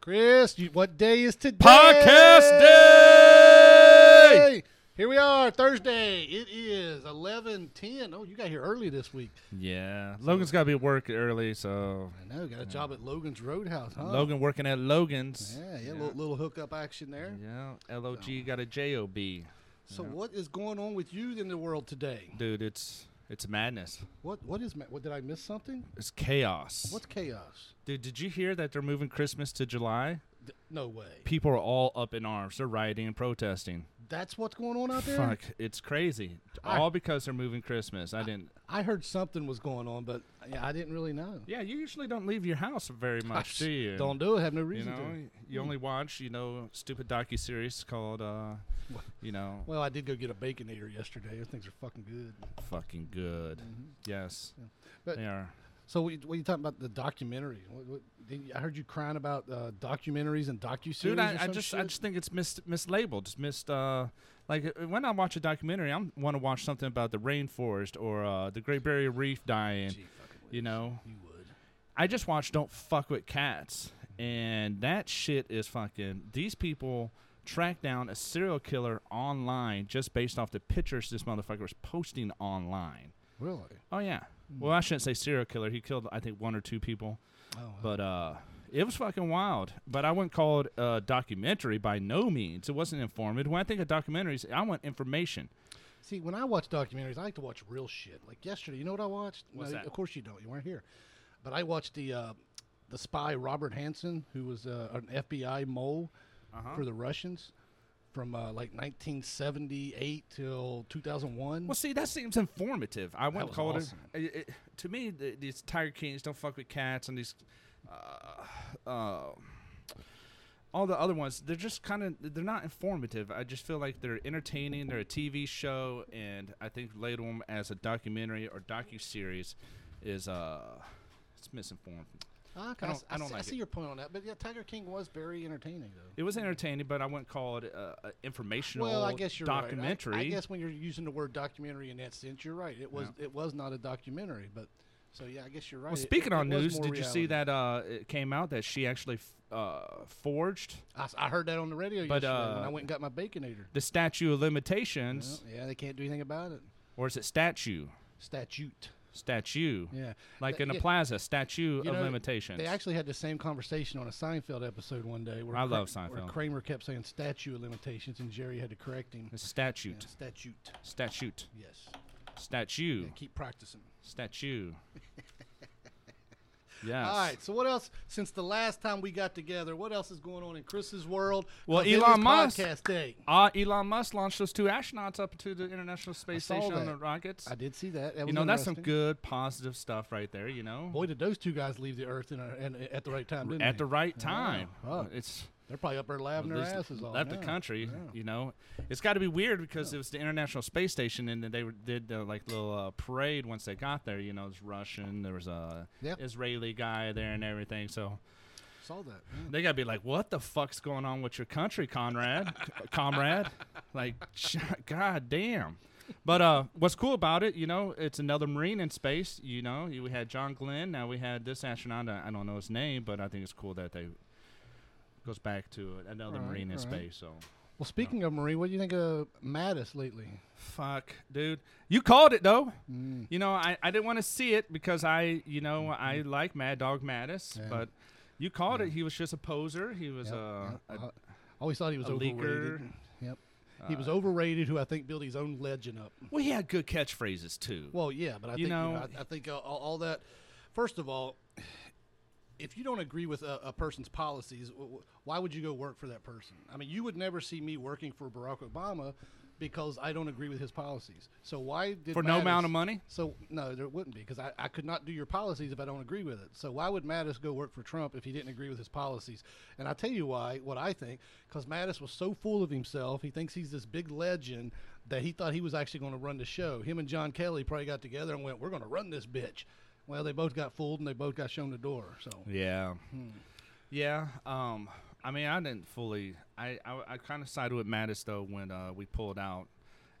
Chris, you, what day is today? Podcast day! Here we are, Thursday. It is 11:10. Oh, you got here early this week. Yeah, Logan's got to be at work early, so I know, got a job at Logan's Roadhouse, huh? Logan working at Logan's. Oh. Yeah, yeah, Little, little hookup action there. Yeah, log got a job, So what is going on with you in the world today? dude. It's it's madness. What what is ma- what did I miss something? It's chaos. What's chaos? Dude, did you hear that they're moving Christmas to July? D- no way. People are all up in arms. They're rioting and protesting. That's what's going on out there. Fuck, it's crazy. I- All because they're moving Christmas. I didn't. I heard something was going on, but yeah, I didn't really know. Yeah, you usually don't leave your house very much, do you? Don't do it. Have no You reason know, to. you only watch, you know, stupid docu series called, uh, What? you know, Well, I did go get a bacon eater yesterday. Those things are fucking good. fucking good. Yes, Mm-hmm. But- they are. So, what what are you talking about? The documentary. What, what, did- I heard you crying about uh, documentaries and docuseries. Dude, or I, I some just I shit? just think it's mis- mislabeled. Just missed. Uh, like uh, when I watch a documentary, I want to watch something about the rainforest or uh, the Great Barrier Reef dying. Gee, fucking You know, you would. I just watched Don't Fuck with Cats, and that shit is fucking. These people track down a serial killer online just based off the pictures this motherfucker was posting online. Really? Oh yeah. Well, I shouldn't say serial killer. He killed I think one or two people, Oh, wow. but uh, it was fucking wild. But I wouldn't call it a uh, documentary by no means. It wasn't informative. When I think of documentaries, I want information. See, when I watch documentaries, I like to watch real shit. Like yesterday, you know what I watched? What's that? Of course you don't. You weren't here. But I watched the uh, the spy Robert Hansen, who was uh, an FBI mole Uh-huh. for the Russians from uh, like 1978 till 2001. Well, see, that seems informative. I wouldn't was call awesome. it, it, it. To me, th these Tiger Kings don't fuck with cats and these, uh, uh, all the other ones. They're just kind of they're not informative. I just feel like they're entertaining. They're a TV show, and I think label them as a documentary or docu series is uh, it's misinformed. Ah, I, I don't- see, I don't see- like it. see your point on that, but yeah, Tiger King was very entertaining though. It was entertaining, but I wouldn't call it uh, a informational. Well, I guess you're right. I- documentary. I, guess when you're using the word documentary in that sense, you're right. It was it was not a documentary, but so yeah, I guess you're right. Well, It- speaking it- on it was news, did more you see reality. that uh, it came out that she actually f- uh, forged? I, s- I heard that on the radio But, yesterday when I uh, went and got my baconator. the statute of Well, limitations, yeah, they can't do anything about it. or is it statue? Statute. Statue, Yeah. like Th- in a yeah, plaza, statue you of know, limitations. They actually had the same conversation on a Seinfeld episode one day. Where I love Where Seinfeld. Kramer kept saying statue of limitations, and Jerry had to correct him. it's Yeah, statute, statute. statute, Yes. statue, Yeah, keep practicing. statue. yes. All right. So what else? Since the last time we got together, what else is going on in Chris's world? Well, 'Cause it Elon is Musk- Podcast day. Uh, Elon Musk launched those two astronauts up to the International Space saw Station on that. the rockets. I did see that. That you was know, that's some interesting. good, positive stuff right there. You know, Boy, did those two guys leave the Earth in a, in, at the right time, didn't at they? the right time. fuck. it's They're probably up there laughing their At least asses off. left now. the country. You know, it's got to be weird because it was the International Space Station, and then they were, did the, like little uh, parade once they got there. You know, it was Russian. There was a Yep. Israeli guy there and everything. So Saw that. they got to be like, "What the fuck's going on with your country, Conrad? C- comrade, like, sh- god damn." But uh, what's cool about it, you know, it's another Marine in space. You know, You- we had John Glenn. Now we had this astronaut. I I don't know his name, but I think it's cool that they goes back to another Right, Marine in right. space. So Well, speaking of Marie, what do you think of Mattis lately? Fuck, dude. You called it though. Mm. You know, I, I didn't want to see it because I, you know, I like Mad Dog Mattis, Mm-hmm. Yeah. but you called it. He was just a poser. He was uh, Yep. a I always thought he was a overrated. leaker. Uh, Yep. He was overrated, who I think built his own legend up. Well, he had good catchphrases too. Well, yeah, but I You think know- I, I think uh, all, all that. First of all, if you don't agree with a, a person's policies, w- w- why would you go work for that person? I mean, you would never see me working for Barack Obama because I don't agree with his policies. So why did For no amount of Mattis- money? So no, there wouldn't be because I, I could not do your policies if I don't agree with it. So why would Mattis go work for Trump if he didn't agree with his policies? And I tell you why. What I think because Mattis was so full of himself, he thinks he's this big legend that he thought he was actually going to run the show. Him and John Kelly probably got together and went, "We're going to run this bitch." Well, they both got fooled and they both got shown the door. So yeah, hmm. yeah. Um, I mean, I didn't fully. I I, I kind of sided with Mattis though when uh, we pulled out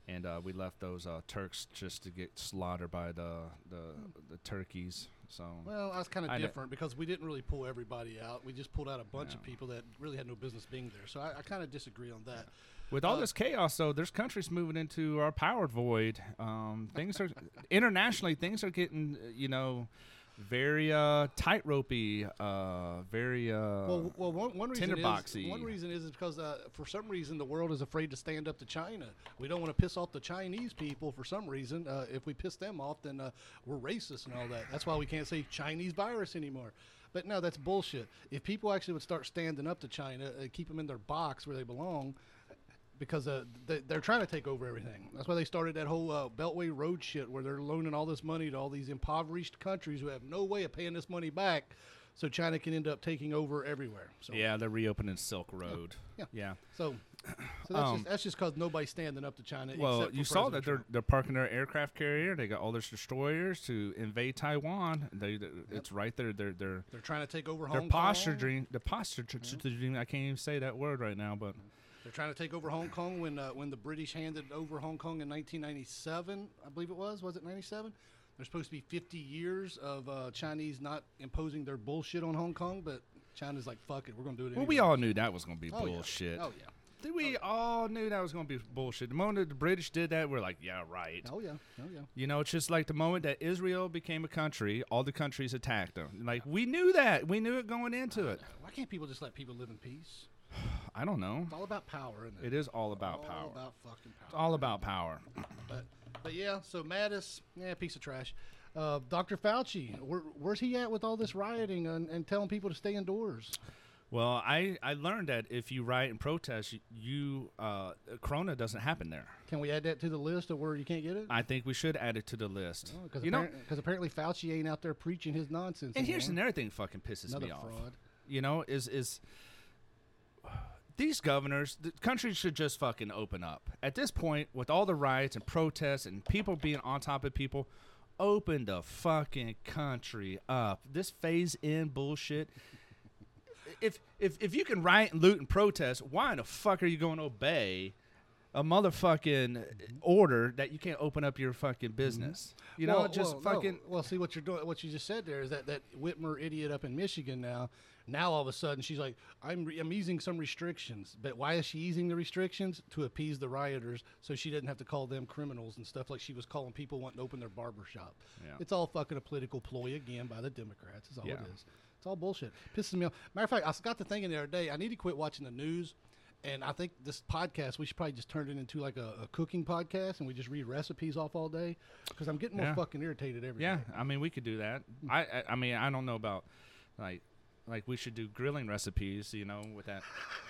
and uh, we left those uh, Turks just to get slaughtered by the the, the turkeys. So Well, that's kind I of know. different because we didn't really pull everybody out. We just pulled out a bunch of Yeah. people that really had no business being there. So I, I kind of disagree on that. with all uh, this chaos, though, there's countries moving into our power void. Um, things are internationally, things are getting uh, you know very uh, tightropey, uh, very uh, well, well, one, one reason is tinderboxy. one reason is, is because uh, for some reason the world is afraid to stand up to China. We don't want to piss off the Chinese people for some reason. Uh, if we piss them off, then uh, we're racist and all that. That's why we can't say Chinese virus anymore. But no, that's bullshit. If people actually would start standing up to China, uh, keep them in their box where they belong, because uh, they, they're trying to take over everything. That's why they started that whole uh, Beltway Road shit, where they're loaning all this money to all these impoverished countries who have no way of paying this money back. So China can end up taking over everywhere. So yeah, they're reopening Silk Road. Yeah. yeah. so, so that's, Um, just, that's just because nobody's standing up to China. Well, except for you saw President that they're Trump. they're parking their aircraft carrier. They got all their destroyers to invade Taiwan. They, they- it's right there. They're they're they're trying to take over they're Hong Kong. posturing. The posture. I can't even say that word right now, but They're trying to take over Hong Kong when uh, when the British handed over Hong Kong in 1997, I believe it was. Was it 97? There's supposed to be 50 years of uh, Chinese not imposing their bullshit on Hong Kong, but China's like, fuck it, we're gonna do it. well, Anyway. we all knew that was going to be Oh, yeah. bullshit. Oh yeah. Dude, We all knew that was going to be bullshit. The moment the British did that, we're like, yeah, right. Oh yeah. Oh yeah. You know, it's just like the moment that Israel became a country, all the countries attacked them. Like we knew that. We knew it going into it. Why can't people just let people live in peace? I don't know. It's all about power, isn't it? It is all about all power. about fucking power. It's all about power. But, but yeah, so Mattis, yeah, piece of trash. Uh, Dr. Fauci, where, where's he at with all this rioting and, and telling people to stay indoors? Well, I, I learned that if you riot and protest, you- you uh, Corona doesn't happen there. Can we add that to the list of where you can't get it? I think we should add it to the list. Because you know, apparently Fauci ain't out there preaching his nonsense. and here's anymore. another thing fucking pisses Mhm. another me off. fraud. You know, is is these governors, the country should just fucking open up. At this point, with all the riots and protests and people being on top of people, open the fucking country up. This phase in bullshit. If if if you can riot and loot and protest, why in the fuck are you going to obey a motherfucking order that you can't open up your fucking business? You know, Mm-hmm. Well, just well, no. fucking. Well, see what you're doing. What you just said there is that that Whitmer idiot up in Michigan now. Now all of a sudden she's like, I'm re- I'm easing some restrictions, but why is she easing the restrictions to appease the rioters so she doesn't have to call them criminals and stuff like she was calling people wanting to open their barber shop. Yeah. It's all fucking a political ploy again by the Democrats. Is all it Yeah. is. It's all bullshit. Pisses me off. Matter of fact, I got to thinking the other day. I need to quit watching the news. And I think this podcast, we should probably just turn it into like a, a cooking podcast, and we just read recipes off all day. Because I'm getting more Yeah. fucking irritated every day. Yeah, I mean we could do that. I, I I mean I don't know about like like we should do grilling recipes, you know, with that,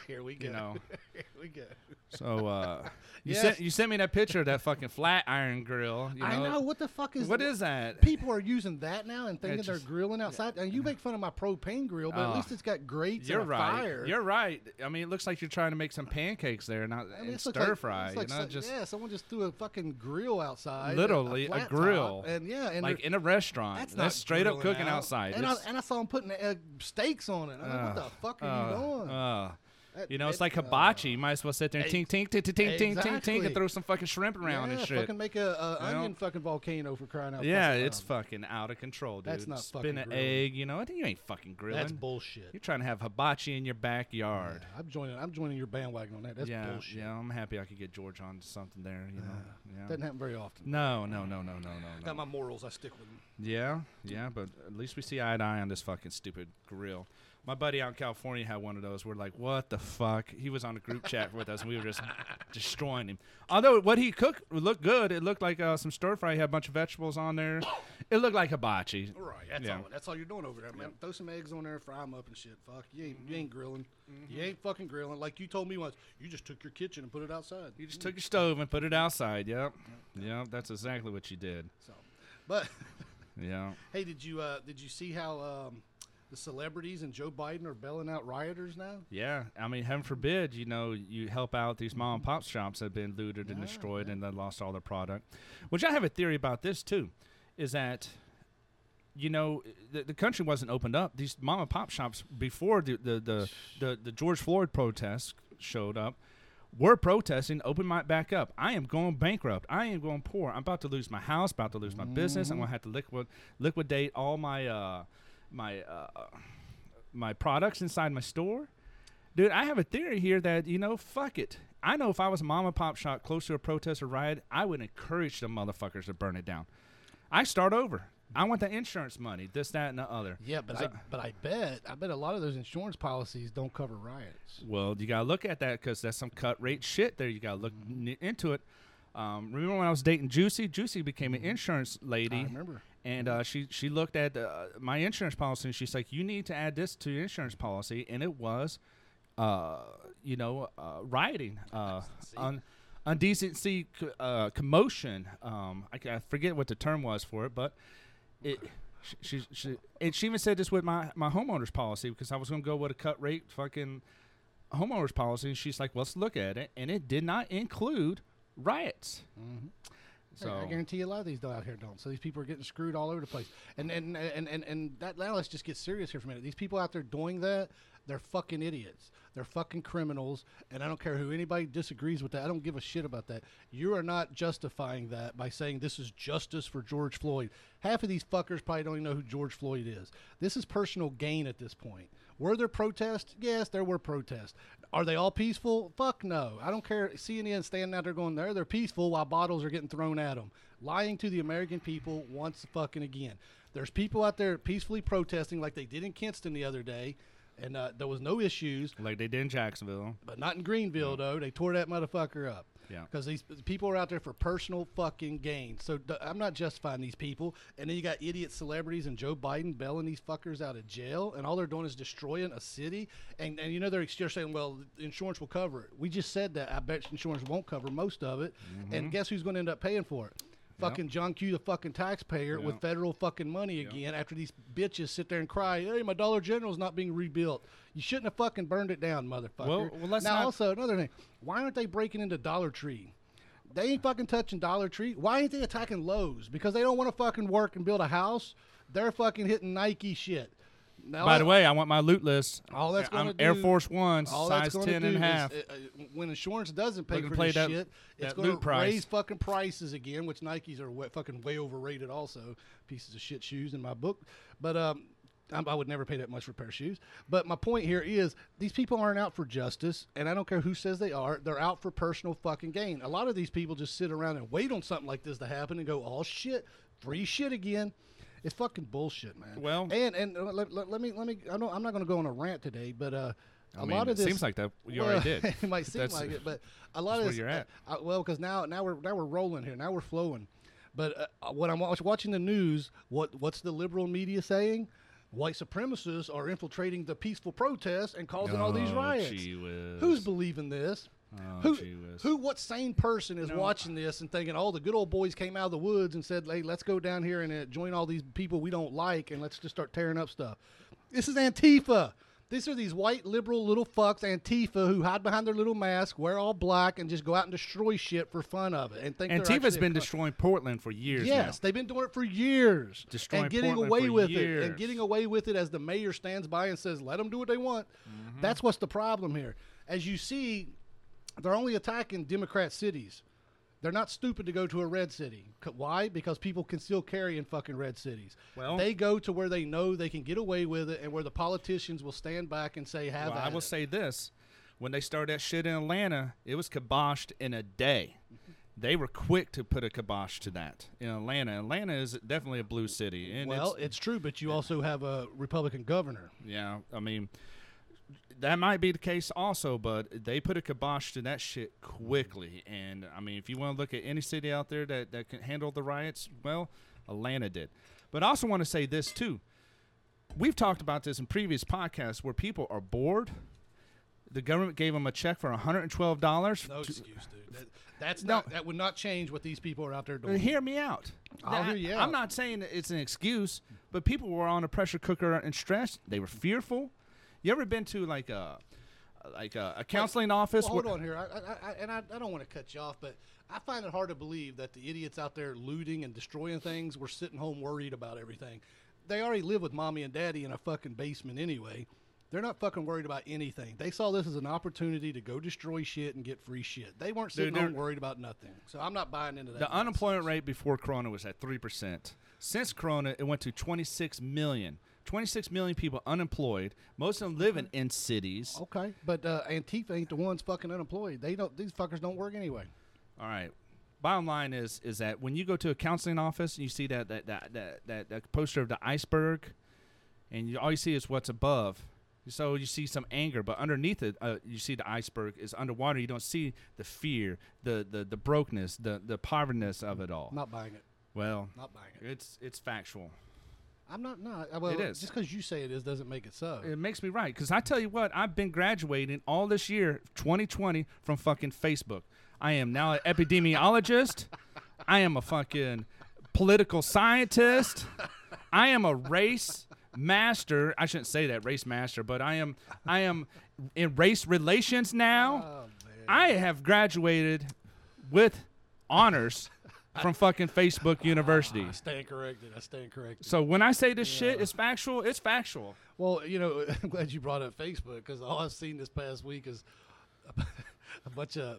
Here we go. you know. Here we go. So uh you Yes. sent you sent me that picture of that fucking flat iron grill, you know. I know what the fuck is What is that? People are using that now and thinking just- they're grilling outside. And you make fun of my propane grill, but Oh. at least it's got grates You're and a right. fire. You're right. I mean, it looks like you're trying to make some pancakes there, not I mean, it's like- stir it's fry. like you know, so- just yeah, someone just threw a fucking grill outside, a- Literally, a flat top, grill. and yeah, and like they're- in a restaurant. That's That's, not straight up grilling cooking out. outside. And I, It's- and I saw him putting uh, steaks on it. I'm like, what the fuck are uh, you doing? uh, That- you know, it's that- like hibachi. You might as well sit there and tink, tink, tink, tink, tink, tink, tink, Exactly. and throw some fucking shrimp around yeah, and shit. fucking make a, a You know? onion fucking volcano for crying out. Yeah, fucking it's loud. fucking out of control, dude. Oh, That's not Spin fucking an grilling. egg, you know. I think you ain't fucking grilling. That's bullshit. You're trying to have hibachi in your backyard. Yeah, I'm joining. I'm joining your bandwagon on that. That's yeah, bullshit. yeah. I'm happy I could get George on to something there. You know. yeah. Doesn't happen very often. No, no, no, no, no, no, Got no. my morals. I stick with them. Yeah, yeah, but at least we see eye to eye on this fucking stupid grill. My buddy out in California had one of those. We're like, what the fuck? He was on a group chat with us, and we were just destroying him. Although what he cooked looked good. It looked like uh, some stir fry. He had a bunch of vegetables on there. It looked like hibachi. All right. That's Yeah. all. That's all you're doing over there, man. Throw some eggs on there, fry them up and shit. Fuck. You ain't. You ain't grilling. You ain't fucking grilling. Like you told me once. You just took your kitchen and put it outside. You just took your stove and put it outside. Yep. Yep. That's exactly what you did. So, but. Yeah. Hey, did you uh, did you see how um, the celebrities and Joe Biden are bailing out rioters now? Yeah. I mean, heaven forbid, you know, you help out these mom and pop shops that have been looted and Mm-hmm. Yeah, destroyed and they lost all their product. Which I have a theory about this, too, is that, you know, the, the country wasn't opened up. These mom and pop shops, before the, the, the, the, the George Floyd protests showed up, We're protesting. Open my back up. I am going bankrupt. I am going poor. I'm about to lose my house. About to lose my business. Mm-hmm. I'm gonna have to liquid, liquidate all my uh, my uh, my products inside my store. Dude, I have a theory here that you know, fuck it. I know if I was a mom and pop shop close to a protest or riot, I would encourage the motherfuckers to burn it down. I start over. I want the insurance money, this, that, and the other. Yeah, but So- I, but I bet I bet a lot of those insurance policies don't cover riots. Well, you gotta look at that because that's some cut rate shit. There, you gotta look n- into it. Um, remember when I was dating Juicy? Juicy became an insurance lady. I remember. And uh, she she looked at uh, my insurance policy and she's like, "You need to add this to your insurance policy." And it was, uh, you know, uh, rioting, uh, un- indecency, co- uh, commotion. Um, I, ca- I forget what the term was for it, but it. She, she, she and she even said this with my my homeowners policy because I was gonna go with a cut rate fucking homeowners policy. And she's like, "Let's look at it," and it did not include riots. Mm-hmm. Hey, I guarantee you a lot of these out here don't. So these people are getting screwed all over the place. And and and and, and that now let's just get serious here for a minute. These people out there doing that, they're fucking idiots. They're fucking criminals. And I don't care who anybody disagrees with that. I don't give a shit about that. You are not justifying that by saying this is justice for George Floyd. Half of these fuckers probably don't even know who George Floyd is. This is personal gain at this point. Were there protests? Yes, there were protests. Are they all peaceful? Fuck no. I don't care. CNN standing out there going there, they're peaceful while bottles are getting thrown at them. Lying to the American people once fucking again. There's people out there peacefully protesting like they did in Kinston the other day, and uh, there was no issues, Like they did in Jacksonville. but not in Greenville though. They tore that motherfucker up. Yeah. Because these people are out there for personal fucking gain. So d- I'm not justifying these people. And then you got idiot celebrities and Joe Biden bailing these fuckers out of jail. And all they're doing is destroying a city. And, and you know, they're ex- they're saying, well, the insurance will cover it. We just said that. I bet insurance won't cover most of it. And guess who's going to end up paying for it? Fucking John Q, the fucking taxpayer, with Yeah. federal fucking money again after these bitches sit there and cry, hey, my Dollar General's not being rebuilt. You shouldn't have fucking burned it down, motherfucker. Well- fucker. well, let's now, not- also another thing. Why aren't they breaking into Dollar Tree? They ain't fucking touching Dollar Tree. Why ain't they attacking Lowe's? Because they don't want to fucking work and build a house. They're fucking hitting Nike shit. Now, By the way, I want my loot list. All that's I'm gonna Air do- Force One, all size that's gonna 10 do and a is, half. uh, uh, when insurance doesn't pay We can for play this that- shit, it's that going to loot price. raise fucking prices again, which Nikes are wa- fucking way overrated. Also, pieces of shit shoes in my book, but um, i I would never pay that much for a pair of shoes. But my point here is these people aren't out for justice, and I don't care who says they are. They're out for personal fucking gain. A lot of these people just sit around and wait on something like this to happen and go, "Oh shit, free shit again." It's fucking bullshit, man. Well- and and uh, let, let, let me let me. I don't, I'm not going to go on a rant today, but uh, a I mean, lot of it this seems like that you already well, did. it might seem That's- like it, but a lot where of this, you're at. uh, uh, well, because now now we're now we're rolling here. Now we're flowing. But uh, uh, when I'm watch, watching the news, what what's the liberal media saying? White supremacists are infiltrating the peaceful protests and causing all these Oh, riots. gee whiz. Who's believing this? who, gee whiz. who, what sane person is watching this and thinking, "Oh, the good old boys came out of the woods and said, hey, let's go down here and uh, join all these people we don't like and let's just start tearing up stuff." This is Antifa. These are these white liberal little fucks, Antifa, who hide behind their little mask, wear all black, and just go out and destroy shit for fun of it and think. they're Antifa's actually a been co- destroying Portland for years. Yes, now. they've been doing it for years. Destroying and getting Portland away for with it, and years. getting away with it as the mayor stands by and says, "Let them do what they want." That's what's the problem here. As you see, they're only attacking Democrat cities. They're not stupid to go to a red city. C- Why? Because people can still carry in fucking red cities. Well- they go to where they know they can get away with it, and where the politicians will stand back and say, "Have Well, I at will it." say this: when they started that shit in Atlanta, it was kiboshed in a day. They were quick to put a kibosh to that in Atlanta. Atlanta is definitely a blue city, and well, it's, it's, true, but you also have a Republican governor. yeah, I mean, that might be the case also, but they put a kibosh to that shit quickly. And I mean, if you want to look at any city out there that that can handle the riots, well, Atlanta did. But I also want to say this too. We've talked about this in previous podcasts where people are bored. The government gave them a check for $112. No excuse, dude. That, that's not, that would not change what these people are out there doing. Hear me out. I'll hear you out. I'm not saying that it's an excuse, but people were on a pressure cooker and stressed. They were fearful. You ever been to like a like a, a counseling office? Well, hold where- on here, I, I, I, and I, I don't want to cut you off, but I find it hard to believe that the idiots out there looting and destroying things were sitting home worried about everything. They already live with mommy and daddy in a fucking basement anyway. They're not fucking worried about anything. They saw this as an opportunity to go destroy shit and get free shit. They weren't sitting Dude, they're- home worried about nothing. So I'm not buying into that. The nonsense. unemployment rate before Corona was at 3%. Since Corona, it went to 26 million. 26 million people unemployed, most of them living in cities. Okay, but uh, Antifa ain't the ones fucking unemployed. They don't. These fuckers don't work anyway. All right. Bottom line is is that when you go to a counseling office and you see that that that that, that, that poster of the iceberg, and you, all you see is what's above. So you see some anger, but underneath it, uh, you see the iceberg is underwater. You don't see the fear, the the the brokenness, the the povertyness of it all. Not buying it. Well, Not buying it. it's it's factual. I'm not. Not. uh, Well, It is. just because you say it is doesn't make it so. It makes me right because I tell you what, I've been graduating all this year, 2020, from fucking Facebook. I am now an epidemiologist. I am a fucking political scientist. I am a race master. I shouldn't say that race master, but I am I am in race relations now. oh man. I have graduated with honors from fucking Facebook University. I stand corrected. I stand corrected. So when I say this shit is factual, it's factual. Well, you know, I'm glad you brought up Facebook because all I've seen this past week is a, a bunch of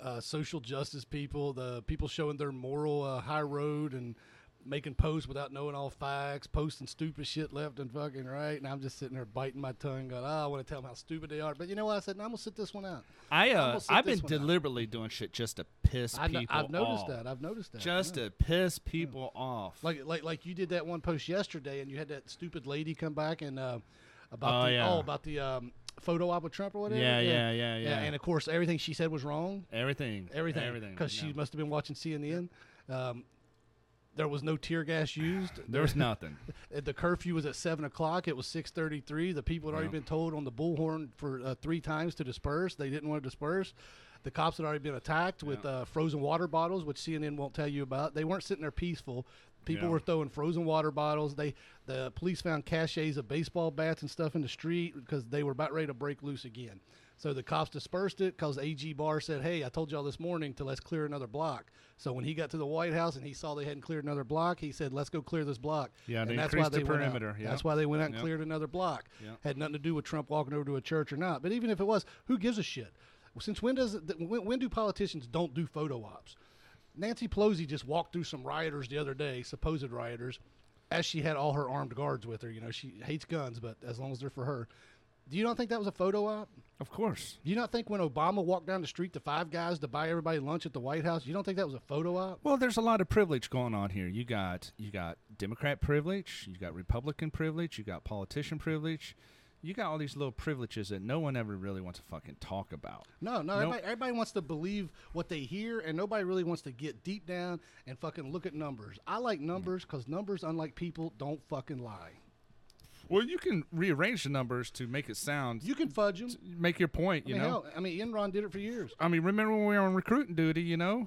uh, social justice people, the people showing their moral uh, high road and making posts without knowing all facts, posting stupid shit left and fucking right. And I'm just sitting there biting my tongue, going, oh, I want to tell them how stupid they are. But you know what? I said, no, I'm going to sit this one out. I I'm uh, gonna sit I've been this one out. deliberately doing shit just to piss I kno- people I've noticed off. that. I've noticed that. Just yeah. to piss people off. like like like you did that one post yesterday, and you had that stupid lady come back and uh, about Oh, the yeah. oh about the um, photo op with Trump or whatever. Yeah, yeah, yeah, yeah. And of course, everything she said was wrong. everything, Everything, everything. because no. she must have been watching CNN. Um, there was no tear gas used. there was nothing. Uh, The curfew was at seven o'clock. It was six thirty-three. The people had already Yeah. been told on the bullhorn for uh, three times to disperse. They didn't want to disperse. The cops had already been attacked with Yeah. uh, frozen water bottles, which CNN won't tell you about. They weren't sitting there peaceful. People Yeah. were throwing frozen water bottles. They the police found caches of baseball bats and stuff in the street because they were about ready to break loose again. So the cops dispersed it because AG Barr said, "Hey, I told y'all this morning to let's clear another block." So when he got to the White House and he saw they hadn't cleared another block, he said, "Let's go clear this block." Yeah, they and that's why increased they the went out. perimeter, yeah. That's why they went out and Yeah. cleared another block. Yeah. Had nothing to do with Trump walking over to a church or not. But even if it was, who gives a shit? Since when does th- when, when do politicians don't do photo ops? Nancy Pelosi just walked through some rioters the other day, supposed rioters, as she had all her armed guards with her. You know, she hates guns, but as long as they're for her. Do you not think that was a photo op? Of course. Do you not think when Obama walked down the street to five guys to buy everybody lunch at the White House, you don't think that was a photo op? Well, there's a lot of privilege going on here. You got you got Democrat privilege, you got Republican privilege, you got politician privilege, you got all these little privileges that no one ever really wants to fucking talk about. No, no. Nope. Everybody, everybody wants to believe what they hear, and nobody really wants to get deep down and fucking look at numbers. I like numbers because numbers, unlike people, don't fucking lie. Well, you can rearrange the numbers to make it sound, You can fudge them. make your point. I You mean, know, hell, I mean, Enron did it for years. I mean, remember when we were on recruiting duty? You know,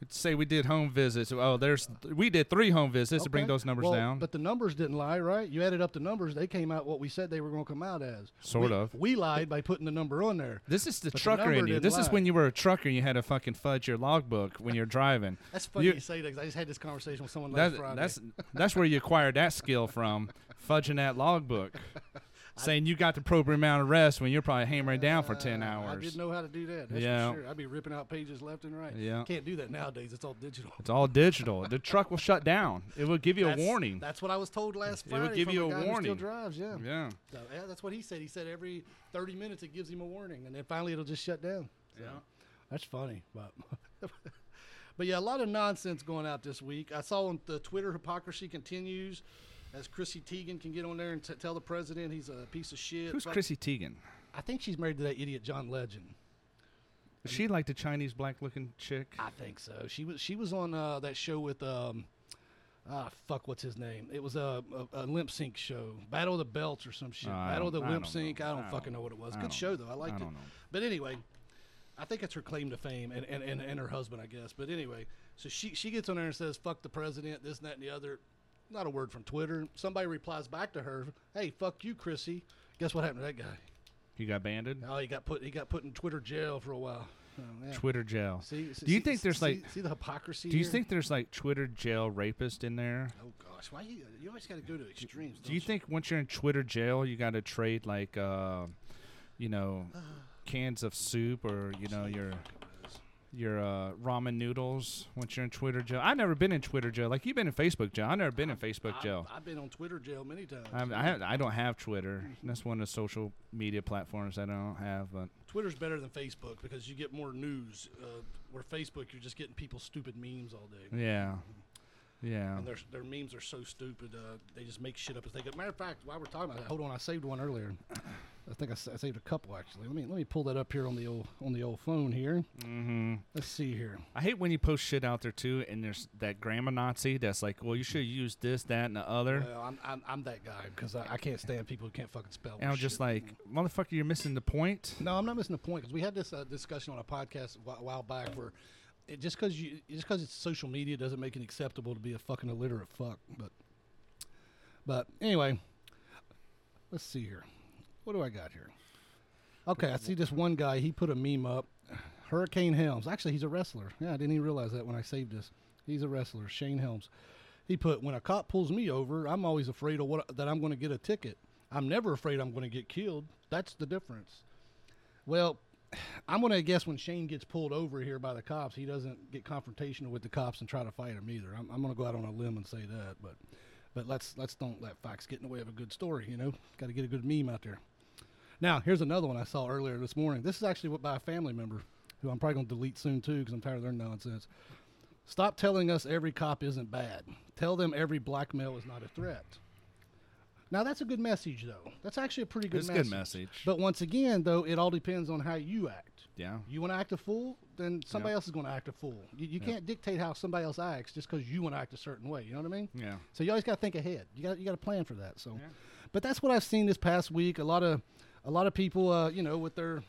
Let's say we did home visits. Oh, there's we did three home visits to bring Okay? those numbers Well, down. But the numbers didn't lie, right? You added up the numbers; they came out what we said they were going to come out as. Sort We- of. We lied by putting the number on there. this is the but the trucker number in you. didn't This is lie. when you were a trucker and you had to fucking fudge your logbook when you're driving. That's funny You- you, say that 'cause I just had this conversation with someone last That, Friday. that's that's where you acquired that skill from, fudging that logbook, saying you got the appropriate amount of rest when you're probably hammering down for ten Uh, I hours. didn't know how to do that. That's Yeah. for sure. I'd be ripping out pages left and right. Yeah. Can't do that nowadays. It's all digital. It's all digital. The truck will shut down. It will give you a That's- warning. That's what I was told last It Friday. would give from you a guy who warning. Mm-hmm. still drives, yeah. Yeah. So, yeah, that's what he said. He said every 30 minutes it gives him a warning, and then finally it'll just shut down. Yeah. That's funny, but but yeah, a lot of nonsense going out this week. I saw on the Twitter hypocrisy continues as Chrissy Teigen can get on there and t- tell the president he's a piece of shit. Who's Fuck- Chrissy Teigen? I think she's married to that idiot John Legend. Is she like the Chinese black looking chick? I think so. She was she was on uh, that show with um, ah fuck, what's his name? It was a, a, a limp sync show, Battle of the Belts or some shit. Oh, I Battle of the don't- I Limp don't Sync. know. I don't, I don't fucking know know. what it was. I Good don't show though. I liked I it. don't know. But anyway, I think it's her claim to fame and, and, and, and her husband, I guess. But anyway, so she she gets on there and says fuck the president, this and that and the other. Not a word from Twitter. Somebody replies back to her, "Hey, fuck you, Chrissy." Guess what happened to that guy? He got banded. Oh, he got put he got put in Twitter jail for a while. So, yeah. Twitter jail. See, see- Do you see- think there's, see- like- see the hypocrisy? Do you here? think there's like Twitter jail rapists in there? Oh gosh, why you? You always got to go to extremes. Do you don't think once you're in Twitter jail, you got to trade like, uh, you know, cans of soup or you know your your uh, ramen noodles? Once you're in Twitter jail, I've never been in Twitter jail. Like you've been in Facebook jail. I've never been in Facebook I've, jail. I've been on Twitter jail many times. I'm, I have, I don't have Twitter. That's one of the social media platforms that I don't have. But Twitter's better than Facebook because you get more news. Uh, where Facebook, you're just getting people's stupid memes all day. yeah, yeah. And their, their memes are so stupid, uh, they just make shit up as they go. Matter of fact, while we're talking about it, hold on, I saved one earlier. I think I, sa- I saved a couple actually. Let me let me pull that up here on the old on the old phone here. Mm-hmm. Let's see here. I hate when you post shit out there too, and there's that grandma Nazi that's like, well, you should use this, that, and the other. Well, Uh, I'm, I'm, I'm that guy because I, I can't stand people who can't fucking spell. and I'm shit. just like, motherfucker, you're missing the point. No, I'm not missing the point because we had this uh, discussion on a podcast a whi- while back where it, just because you just because it's social media doesn't make it acceptable to be a fucking illiterate fuck. But but anyway, let's see here. What do I got here? Okay, I see this one guy. He put a meme up. Hurricane Helms. Actually, he's a wrestler. Yeah, I didn't even realize that when I saved this. He's a wrestler, Shane Helms. He put, "When a cop pulls me over, I'm always afraid of what that I'm going to get a ticket. I'm never afraid I'm going to get killed. That's the difference." Well, I'm going to guess when Shane gets pulled over here by the cops, he doesn't get confrontational with the cops and try to fight them either. I'm, I'm going to go out on a limb and say that, but but let's let's don't let facts get in the way of a good story. You know, got to get a good meme out there. Now, here's another one I saw earlier this morning. This is actually what by a family member who I'm probably going to delete soon too because I'm tired of their nonsense. Stop telling us every cop isn't bad. Tell them every blackmail is not a threat. Now that's a good message though. That's actually a pretty good It's a message. good message. But once again though, it all depends on how you act. Yeah. You want to act a fool, then somebody Yep. else is going to act a fool. You, you can't dictate how somebody else acts just because you want to act a certain way. You know what I mean? Yeah. So you always got to think ahead. You got you got to plan for that. So, but that's what I've seen this past week. A lot of a lot of people, uh, you know, with their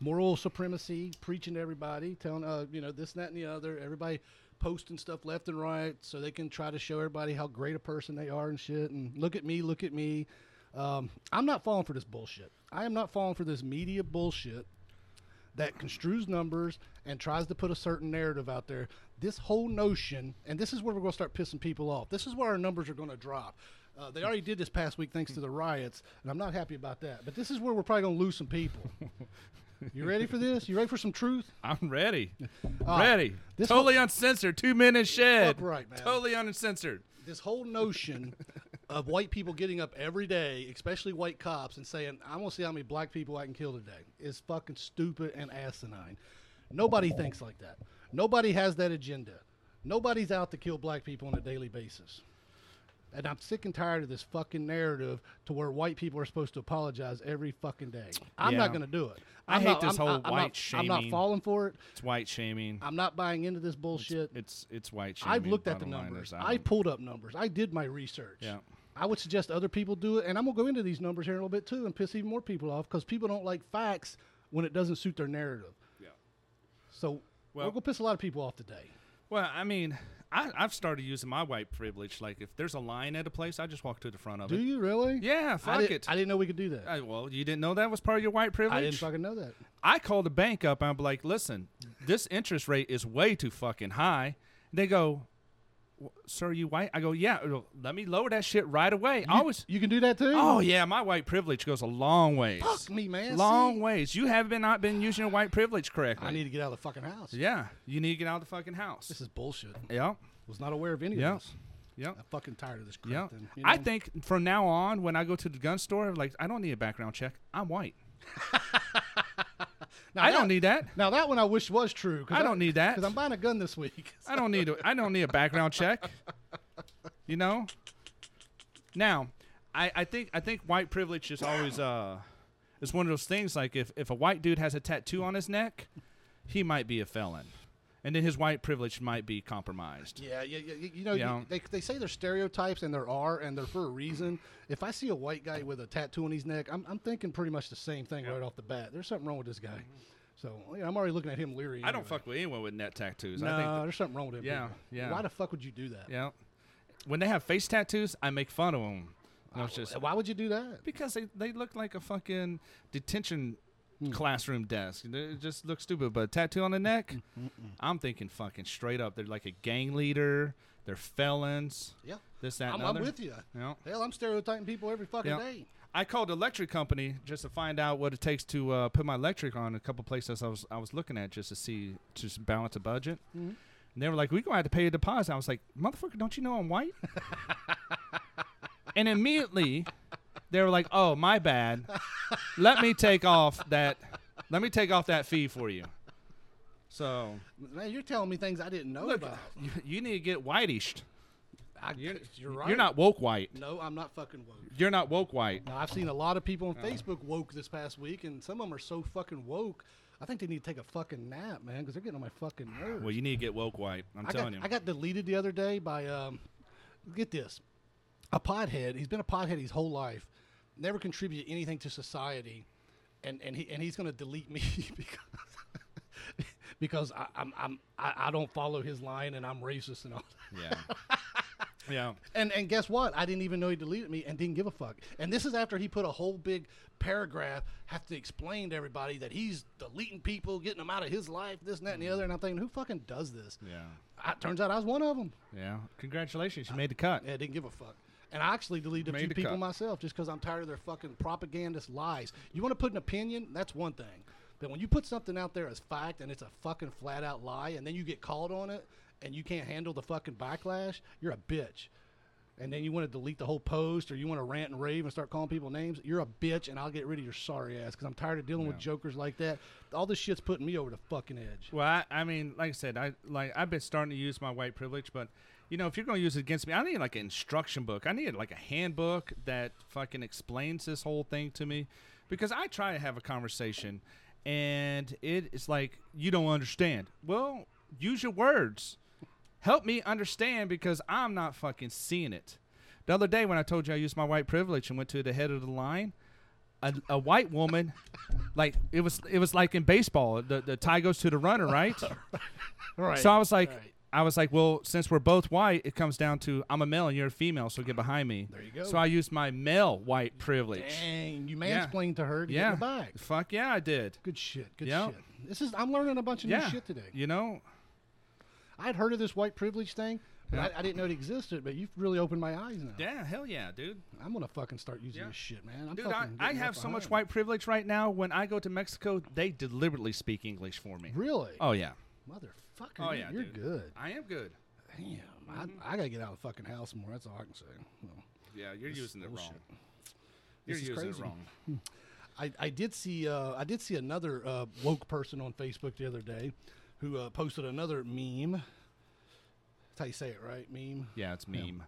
moral supremacy, preaching to everybody, telling uh, you know this, that, and the other. Everybody posting stuff left and right so they can try to show everybody how great a person they are and shit. And look at me, look at me. Um, I'm not falling for this bullshit. I am not falling for this media bullshit that construes numbers and tries to put a certain narrative out there. This whole notion, and this is where we're going to start pissing people off. This is where our numbers are going to drop. Uh, they already did this past week thanks to the riots, and I'm not happy about that. But this is where we're probably going to lose some people. You ready for this? You ready for some truth? I'm ready. Uh, ready. this Totally uncensored. Two minutes shed. Upright, man. Totally uncensored. This whole notion of white people getting up every day, especially white cops, and saying, I'm going to see how many black people I can kill today is fucking stupid and asinine. Nobody thinks like that. Nobody has that agenda. Nobody's out to kill black people on a daily basis. And I'm sick and tired of this fucking narrative to where white people are supposed to apologize every fucking day. I'm Yeah. not going to do it. I I'm hate not- I'm- this whole I'm not- white I'm shaming. not falling for it. It's white shaming. I'm not buying into this bullshit. It's it's white shaming. I've looked at the bottom line numbers. is I don't- pulled up numbers. I did my research. Yeah. I would suggest other people do it, and I'm gonna go into these numbers here in a little bit too, and piss even more people off because people don't like facts when it doesn't suit their narrative. Yeah. So Well- we're gonna piss a lot of people off today. Well, I mean, I, I've started using my white privilege. Like if there's a line at a place, I just walk to the front of Do it. you really? Yeah, I, fuck did, it. Uh, I didn't know we could do that. I- well, you didn't know that was part of your white privilege. I didn't fucking know that. I call the bank up and I'm like, listen, this interest rate is way too fucking high. They go, "W- sir, you white? I go, yeah, Well, let me lower that shit right away. I always, You can do that too. oh yeah, my white privilege goes a long ways. fuck me, man. long See? ways. You have been not been using your white privilege correctly. I need to get out of the fucking house. yeah, you need to get out of the fucking house. This is bullshit. Yeah, Was not aware of any Yeah. of this. yeah. I'm fucking tired of this crap. Yeah, Then, you know? I think from now on, when I go to the gun store, like I don't need a background check. I'm white. Now I that- don't need that. Now that one I wish was true. I don't need that. because I'm buying a gun this week. I don't need a, I don't need a background check. You know. Now, I, I think I think white privilege is always uh is one of those things like if if a white dude has a tattoo on his neck, he might be a felon, and then his white privilege might be compromised. Yeah, yeah, yeah. You, you know, Yeah. you- they, they say they're stereotypes, and there are, and they're for a reason. If I see a white guy with a tattoo on his neck, I'm, I'm thinking pretty much the same thing right off the bat. There's something wrong with this guy. So yeah, I'm already looking at him leery. Mm-hmm. I don't anyway. fuck with anyone with neck tattoos. No, I think there's something wrong with him. Yeah, people. yeah. Why the fuck would you do that? yeah. When they have face tattoos, I make fun of them. I was just Why would you do that? because they, they look like a fucking detention Hmm. classroom desk. It- It just looks stupid. But tattoo on the neck, Mm-hmm, I'm thinking fucking straight up. They're like a gang leader. They're felons. Yeah. This that. I'm, and I'm other. with you. Yeah. Hell, I'm stereotyping people every fucking Yeah. day. I called the electric company just to find out what it takes to uh, put my electric on a couple places I was I was looking at just to see just balance a budget. Mhm. And they were like, "We're gonna have to pay a deposit." I was like, "Motherfucker, don't you know I'm white?" and immediately, they were like, "Oh, my bad. Let me take off that. Let me take off that fee for you." So Man, you're telling me things I didn't know look, about. you, you need to get whitished. I, You're, you're, right. You're not woke white. No, I'm not fucking woke. You're not woke white. Now, I've seen a lot of people Uh. on Facebook woke this past week, and some of them are so fucking woke. I think they need to take a fucking nap, man, because they're getting on my fucking nerves. Well, you need to get woke white. I'm I telling got, you. I got deleted the other day by, um, get this, a pothead. He's been a pothead his whole life, never contributed anything to society, and and he and he's gonna delete me because because I, I'm I'm I, I don't follow his line and I'm racist and all. that. yeah. yeah. And and guess what? I didn't even know he deleted me and didn't give a fuck. And this is after he put a whole big paragraph, have to explain to everybody that he's deleting people, getting them out of his life, this and that and the other. And I'm thinking, who fucking does this? Yeah. I, turns out I was one of them. Yeah. Congratulations, you made the cut. Yeah, didn't give a fuck. And I actually deleted a Made few the people cut. myself just because I'm tired of their fucking propagandist lies. You want to put an opinion? That's one thing. But when you put something out there as fact and it's a fucking flat out lie and then you get called on it and you can't handle the fucking backlash, you're a bitch. And then you want to delete the whole post or you want to rant and rave and start calling people names, you're a bitch and I'll get rid of your sorry ass because I'm tired of dealing with jokers like that. All this shit's putting me over the fucking edge. Well, I, I mean, like I said, I like I've been starting to use my white privilege, but you know, if you're going to use it against me, I need like an instruction book. I need like a handbook that fucking explains this whole thing to me, because I try to have a conversation, and it is like you don't understand. Well, use your words. Help me understand because I'm not fucking seeing it. The other day when I told you I used my white privilege and went to the head of the line, a, a white woman, like it was it was like in baseball, the, the tie goes to the runner, right? All right. So I was like, Right. I was like, well, since we're both white, it comes down to I'm a male and you're a female, so get behind me. There you go. So I used my male white privilege. Dang, you Yeah. mansplained to her to get Yeah. in the back. Fuck yeah, I did. Good shit. Good Yeah. shit. This is I'm learning a bunch of yeah. new shit today. You know, I'd heard of this white privilege thing, but Yeah. I, I didn't know it existed. But you've really opened my eyes now. yeah, hell yeah, dude. I'm gonna fucking start using Yeah. this shit, man. I'm Dude, I, fucking I getting have left so much behind. white privilege right now. When I go to Mexico, they deliberately speak English for me. Really? Oh yeah, Motherfucker, Oh, you- yeah, you're dude. Mm-hmm. good. I am good. Damn, I, I gotta get out of the fucking house more. That's all I can say. Well, Yeah, you're using it bullshit. wrong. You're This is using crazy. it wrong. I, I did see uh, I did see another uh, woke person on Facebook the other day, who uh, posted another meme. That's how you say it, right? Meme, Yeah, it's meme,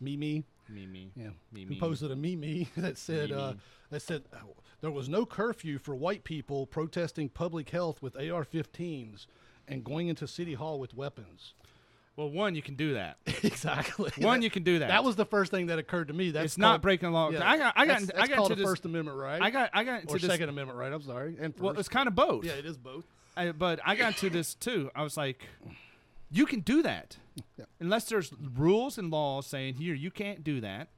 meme. meme, meme. Yeah. Meme. Who posted a meme that said uh, Meme. that said oh, there was no curfew for white people protesting public health with AR-15s and going into city hall with weapons. Well, one, you can do that. exactly. One, you can do that. That was the first thing that occurred to me. That's It's not called- breaking law. yeah, I got, I got, that's, I that's got called to a this. First Amendment right. I got, I got into or this. Second Amendment right. I'm sorry. And Well, first. it's kind of both. yeah, it is both. I- but I got into this too. I was like, you can do that, Yeah. unless there's rules and laws saying here you can't do that.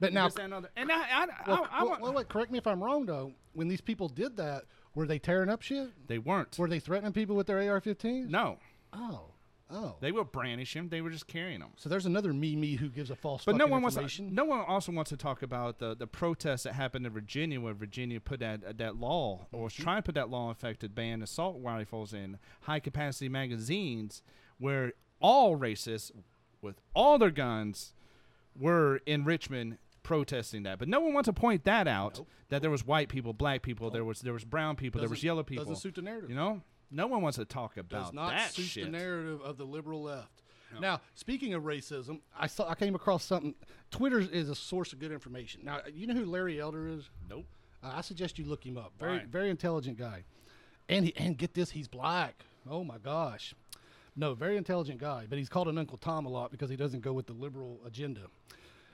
But uh, now, This, that, and other- and I, I, I, well, I, well, wait, correct me if I'm wrong though. When these people did that, were they tearing up shit? they weren't. Were they threatening people with their AR-15s? No, Oh, oh. they were brandish him. They were just carrying them. So there's another me me who gives a false. But no fucking one wants. information. No one also wants to talk about the the protests that happened in Virginia, where Virginia put that that law or was Mm-hmm. trying to put that law in effect to ban assault rifles and high capacity magazines, where all racists with all their guns were in Richmond protesting that. But no one wants to point that out that there was white people, black people, there was there was brown people, there was Doesn't- yellow people. Doesn't suit the narrative. You know, no one wants to talk about Does not that suit shit. the narrative of the liberal left. Now, speaking of racism, I saw I came across something. Twitter is a source of good information. Now, you know who Larry Elder is? nope. Uh, I suggest you look him up. Very Why? very intelligent guy. And he, and get this, he's black. Oh my gosh. No, very intelligent guy, but he's called an Uncle Tom a lot because he doesn't go with the liberal agenda.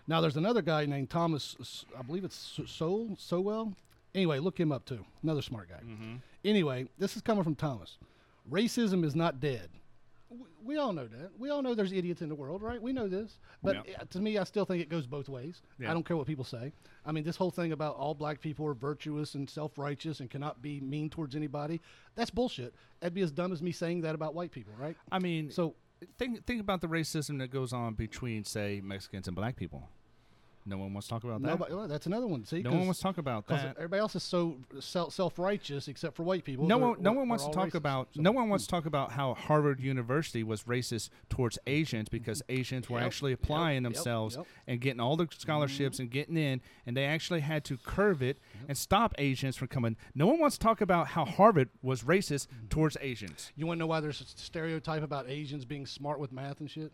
Now there's another guy named Thomas, S- I believe it's S- Sol Sowell. Anyway, look him up too. Another smart guy. Anyway, this is coming from Thomas. Racism is not dead. w- we all know that. We all know there's idiots in the world, right? We know this. But Yeah. uh, to me, I still think it goes both ways. Yeah. I don't care what people say. I mean, this whole thing about all black people are virtuous and self righteous and cannot be mean towards anybody, that's bullshit. That'd be as dumb as me saying that about white people, right? I mean, So, think think about the racism that goes on between, say, Mexicans and black people. No one wants to talk about that. nobody, well, that's another one. See, no one 'cause- wants to talk about 'cause that. everybody else is so self righteous except for white people. no They're- one, no we're- one wants we're to all talk racist. about. So- no one wants to talk about how Harvard University was racist towards Asians because Asians were Yep, actually yep, applying yep, themselves yep. Mm-hmm. and getting all the scholarships and getting in, and they actually had to curve it and stop Asians from coming. No one wants to talk about how Harvard was racist Mm-hmm. towards Asians You want to know why there's a stereotype about Asians being smart with math and shit?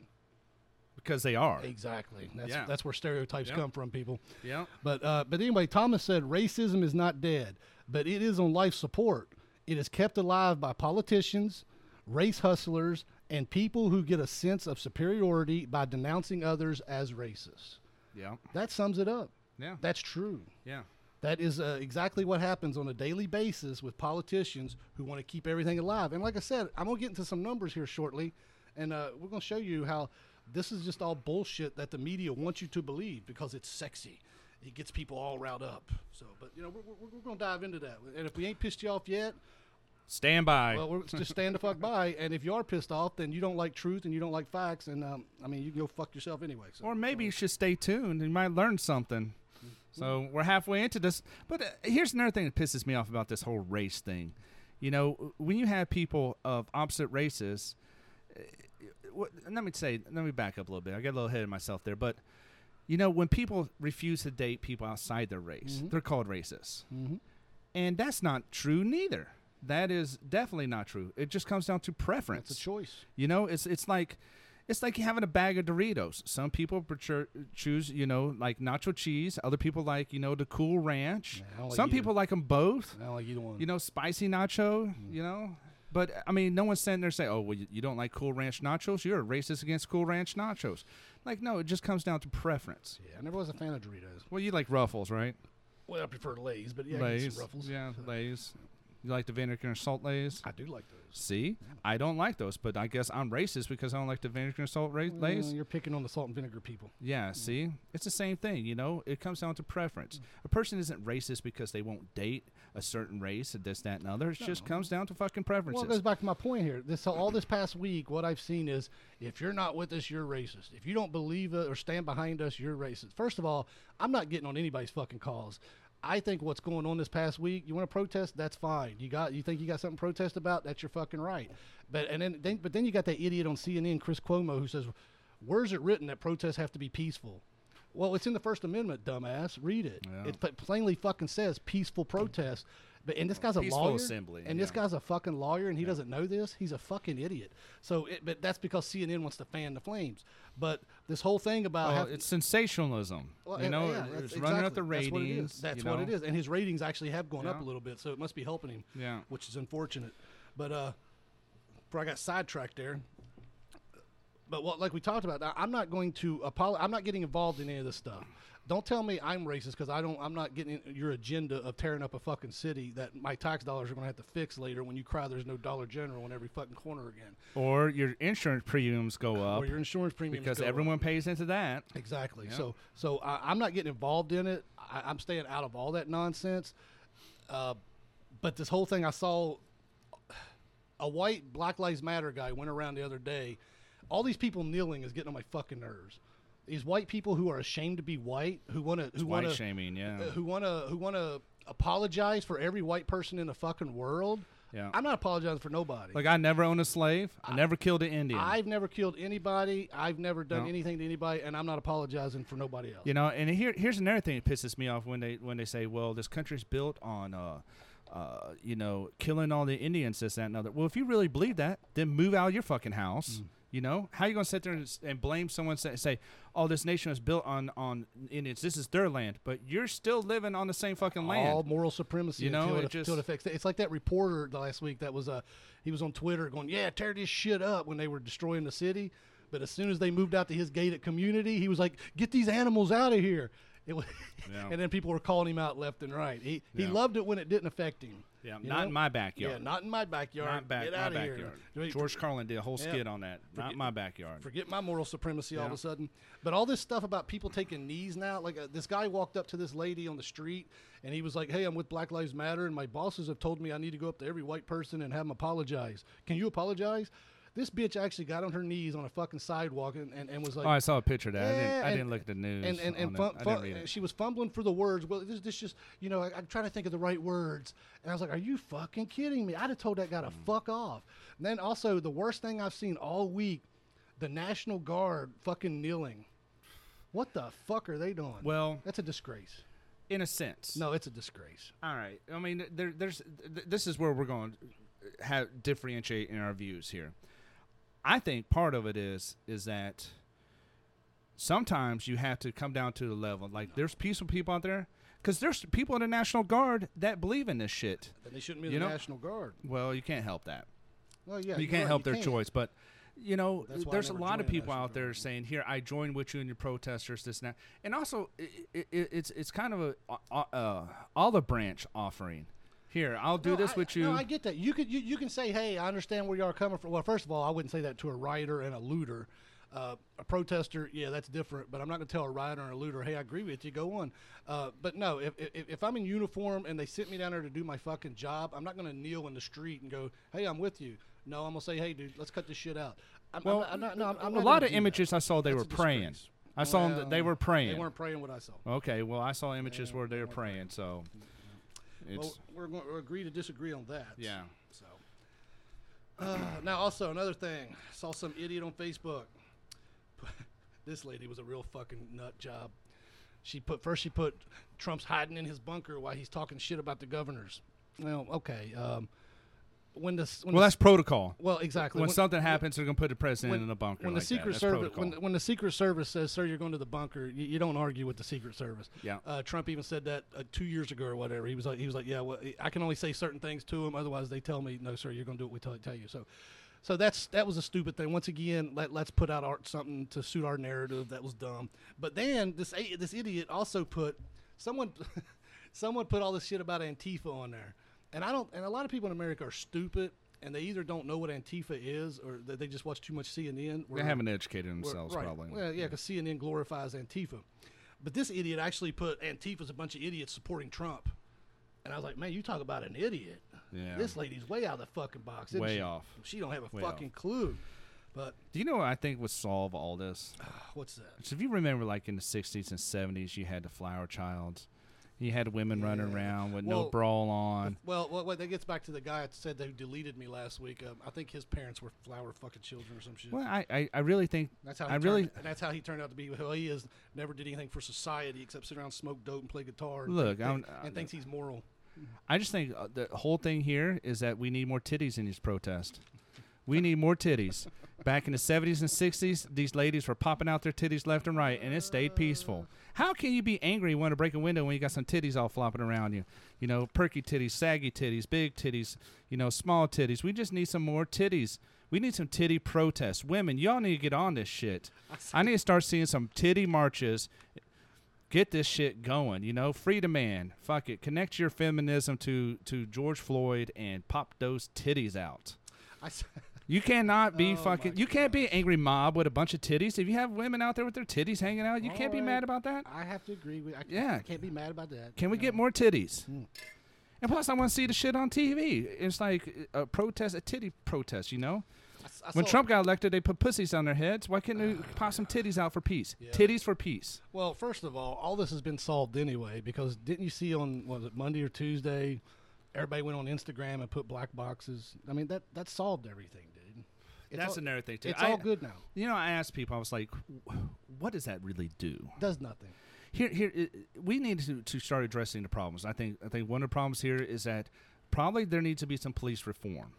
because they are. Exactly. That's Yeah. that's where stereotypes Yep. come from, people. Yeah. But uh, but anyway, Thomas said racism is not dead, but it is on life support. It is kept alive by politicians, race hustlers, and people who get a sense of superiority by denouncing others as racist. Yeah. That sums it up. Yeah. That's true. Yeah. That is uh, exactly what happens on a daily basis with politicians who want to keep everything alive. And like I said, I'm going to get into some numbers here shortly, and uh, we're going to show you how this is just all bullshit that the media wants you to believe because it's sexy. It gets people all riled up. So, but you know, we're, we're, we're going to dive into that. And if we ain't pissed you off yet, Stand by. well, we're just stand the fuck by. And if you are pissed off, then you don't like truth and you don't like facts. And um, I mean, you can go fuck yourself anyway. So. uh, Or maybe you should stay tuned. You might learn something. Mm-hmm. So we're halfway into this. But uh, here's another thing that pisses me off about this whole race thing. You know, when you have people of opposite races, uh, what, let me say, let me back up a little bit. I got a little ahead of myself there. But, you know, when people refuse to date people outside their race, Mm-hmm. they're called racist. And that's not true, neither. That is definitely not true. It just comes down to preference. it's a choice. You know, it's it's like it's like having a bag of Doritos. Some people prefer, choose, you know, like nacho cheese. Other people like, you know, the cool ranch. Nah, I don't like Some either. people like them both. I don't like either one. You know, spicy nacho. Mm. You know, but I mean, no one's sitting there saying, "Oh, well, you, you don't like cool ranch nachos. You're a racist against cool ranch nachos." Like, no, it just comes down to preference. yeah, I never was a fan of Doritos. Well, you like Ruffles, right? Well, I prefer Lay's, but yeah, I can get Lay's. some Ruffles. Yeah, Lay's. You like the vinegar and salt Lay's? I do like those. See, I don't like those, but I guess I'm racist because I don't like the vinegar and salt ra- Lay's. Mm, you're picking on the salt and vinegar people. Yeah, see? It's the same thing, you know? It comes down to Mm. preference. A person isn't racist because they won't date a certain race, and this, that, and other. It just comes down to fucking Well, uh, preferences. it goes back to my point here. This so all this past week, what I've seen is if you're not with us, you're racist. If you don't believe us or stand behind us, you're racist. First of all, I'm not getting on anybody's fucking calls. I think what's going on this past week, you want to protest, that's fine. You got you think you got something to protest about, that's your fucking right. But and then, then but then you got that idiot on CNN, Chris Cuomo, who says, "Where's it written that protests have to be peaceful?" Well, it's in the First Amendment, dumbass. Read it. Yeah. It pl- plainly fucking says peaceful protest. But and this guy's a Peaceful lawyer, assembly, and this yeah. guy guy's a fucking lawyer and he doesn't know this. He's a fucking idiot. So, it, but that's because CNN wants to fan the flames. But this whole thing about Well, how- it's sensationalism. well, you and- know, yeah, it- that's it's running up the exactly- that's what it is. ratings. That's you what know? it is, and his ratings actually have gone up Yeah. a little bit, so it must be helping him. Yeah. which is unfortunate. But uh, before I got sidetracked there, but what like we talked about, I, I'm not going to apologize. I'm not getting involved in any of this stuff. Don't tell me I'm racist because I don't. I'm not getting in your agenda of tearing up a fucking city that my tax dollars are going to have to fix later when you cry there's no Dollar General on every fucking corner again, Or your insurance premiums go up or your insurance premiums because go up. everyone pays into that. Exactly. So so I, I'm not getting involved in it. I, I'm staying out of all that nonsense. Uh, but this whole thing I saw a white Black Lives Matter guy went around the other day. All these people kneeling is getting on my fucking nerves. These white people who are ashamed to be white, who want to, who White want to, shaming, yeah. who want to, who want to apologize for every white person in the fucking world. Yeah. I'm not apologizing for nobody. like, I never owned a slave. I, never killed an Indian. I've never killed anybody. I've never done No. anything to anybody, and I'm not apologizing for nobody else. You know, and here here's another thing that pisses me off when they when they say, "Well, this country's built on, uh, uh, you know, killing all the Indians, this, that, and other." Well, if you really believe that, then move out of your fucking house. Mm. You know, how you gonna sit there and, s- and blame someone say, say, "Oh, this nation is built on on Indians. This is their land," but you're still living on the same fucking land. All moral supremacy. You know, until it it, just- until it affects. It's like that reporter the last week that was uh, he was on Twitter going, "Yeah, tear this shit up" when they were destroying the city. But as soon as they moved out to his gated community, he was like, "Get these animals out of here." It was, Yeah. and then people were calling him out left and right. He he Yeah. loved it when it didn't affect him. Yeah, you not know? in my backyard. Yeah, not in my backyard. Not back, Get my out of backyard. here. George Carlin did a whole Yeah. skit on that. Not my backyard. Forget my moral supremacy all of Yeah. a sudden. But all this stuff about people taking knees now, like uh, this guy walked up to this lady on the street and he was like, Hey, I'm with Black Lives Matter, and my bosses have told me I need to go up to every white person and have them apologize. Can you apologize? This bitch actually got on her knees on a fucking sidewalk and, and, and was like, oh, I saw a picture of that. I, Yeah, didn't, I and- didn't look at the news. and and, uh, and on fum- it. I fum- didn't read it. she was fumbling for the words. Well, this this just you know I, I'm trying to think of the right words, and I was like, "Are you fucking kidding me?" I'd have told that guy to Hmm. fuck off. And then also the worst thing I've seen all week, the National Guard fucking kneeling. What the fuck are they doing? Well- that's a disgrace. In a sense. No, it's a disgrace. All right. I mean, there, there's th- this is where we're going to have differentiate in our views here. I think part of it is is that sometimes you have to come down to the level like there's peaceful people out there because there's people in the National Guard that believe in this shit. And they shouldn't be in You the know- National Guard. Well, you can't help that. Well, yeah, you you're can't right, help you their can't. choice, but you know, That's why I there's a never lot of joined people National out there Guard. saying, "Here, I join with you and your protesters." This and that, and also, i i i- it's it's kind of a uh, uh, olive branch offering. Here, I'll do No, this I- with you. No, I get that. You could you, you can say, hey, I understand where you are coming from. Well, first of all, I wouldn't say that to a rioter and a looter. Uh, a protester, yeah, that's different. But I'm not going to tell a rioter and a looter, hey, I agree with you. Go on. Uh, but no, if, if if I'm in uniform and they sit me down there to do my fucking job, I'm not going to kneel in the street and go, hey, I'm with you. No, I'm going to say, hey, dude, let's cut this shit out. I'm, well, I'm not. I'm not no, I'm, I'm a not lot gonna of do that. images I saw they That's were a praying. disgrace. I saw them, that they Well, were praying. They weren't praying what I saw. Okay, well, I saw images where they were praying. So, it's Well, we're going to agree to disagree on that. yeah. So uh, now, also another thing, saw some idiot on Facebook. this lady was a real fucking nut job. She put first she put Trump's hiding in his bunker while he's talking shit about the governors. Well, okay. Um, when the s- when Well, the that's protocol. s- well exactly When, something happens, they're gonna put the president in a bunker. when like the that. Secret That's Service protocol. when, the- when the Secret Service says, "Sir, you're going to the bunker," you, you don't argue with the Secret Service. Yeah. Uh, Trump even said that uh, two years ago or whatever. He was like, he was like, "Yeah, well, I can only say certain things to him. Otherwise, they tell me, no, sir, you're going to do what we tell, tell you." So. So that's that was a stupid thing. Once again, let let's put out our, something to suit our narrative. That was dumb. But then this a- this idiot also put someone someone put all this shit about Antifa on there, and I don't. And a lot of people in America are stupid, and they either don't know what Antifa is, or that they just watch too much CNN. they where- haven't educated where- themselves, right. probably. Well, yeah, because CNN glorifies Antifa, but this idiot actually put Antifa's a bunch of idiots supporting Trump, and I was like, man, you talk about an idiot. Yeah. This lady's way out of the fucking box. isn't Way she? off. She don't have a Way off. fucking clue. But ah, Do you know what I think would solve all this? what's that? So if you remember, like in the '60s and '70s, you had the flower child, you had women running around with Well, no brawl on. Well, well, well, that gets back to the guy that said they deleted me last week. Um, I think his parents were flower fucking children or some shit. Well, I, I, I really think That's how he I turned- really and that's how he turned out to be. Well, he is never did anything for society except sit around, smoke dope, and play guitar. And Look, think, I'm- think- and thinks he's moral. I just think uh, the whole thing here is that we need more titties in these protests. We need more titties. Back in the 70s and 60s, these ladies were popping out their titties left and right, and it stayed peaceful. How can you be angry when to break a window when you got some titties all flopping around you? You know, perky titties, saggy titties, big titties, you know, small titties. We just need some more titties. We need some titty protests. Women, y'all need to get on this shit. I need to start seeing some titty marches get this shit going. You know, free to man. Fuck it. Connect your feminism to to George Floyd and pop those titties out. I s- You cannot be Oh fucking. my You can't be an angry mob with a bunch of titties. If you have women out there with their titties hanging out, you can't be Alright. mad about that. I have to agree with. I, can't- Yeah. I can't be mad about that. Um, Can we No. Hmm. get more titties? And plus, I want to see the shit on TV. It's like a protest, a titty protest. You know, I s- I when saw- Trump got elected, they put pussies on their heads. Why couldn't they pop some titties out for peace? Yeah. Titties for peace. Well, first of all, all this has been solved anyway because didn't you see on what was it Monday or Tuesday? Everybody went on Instagram and put black boxes. I mean that that solved everything, dude. It's That's all, another thing too. It's I- all good now. You know, I asked people. I was like, "Wh- "What does that really do?" Does nothing. Here, here, i- i- we need to, to start addressing the problems. I think, I think one of the problems here is that probably there needs to be some police reform.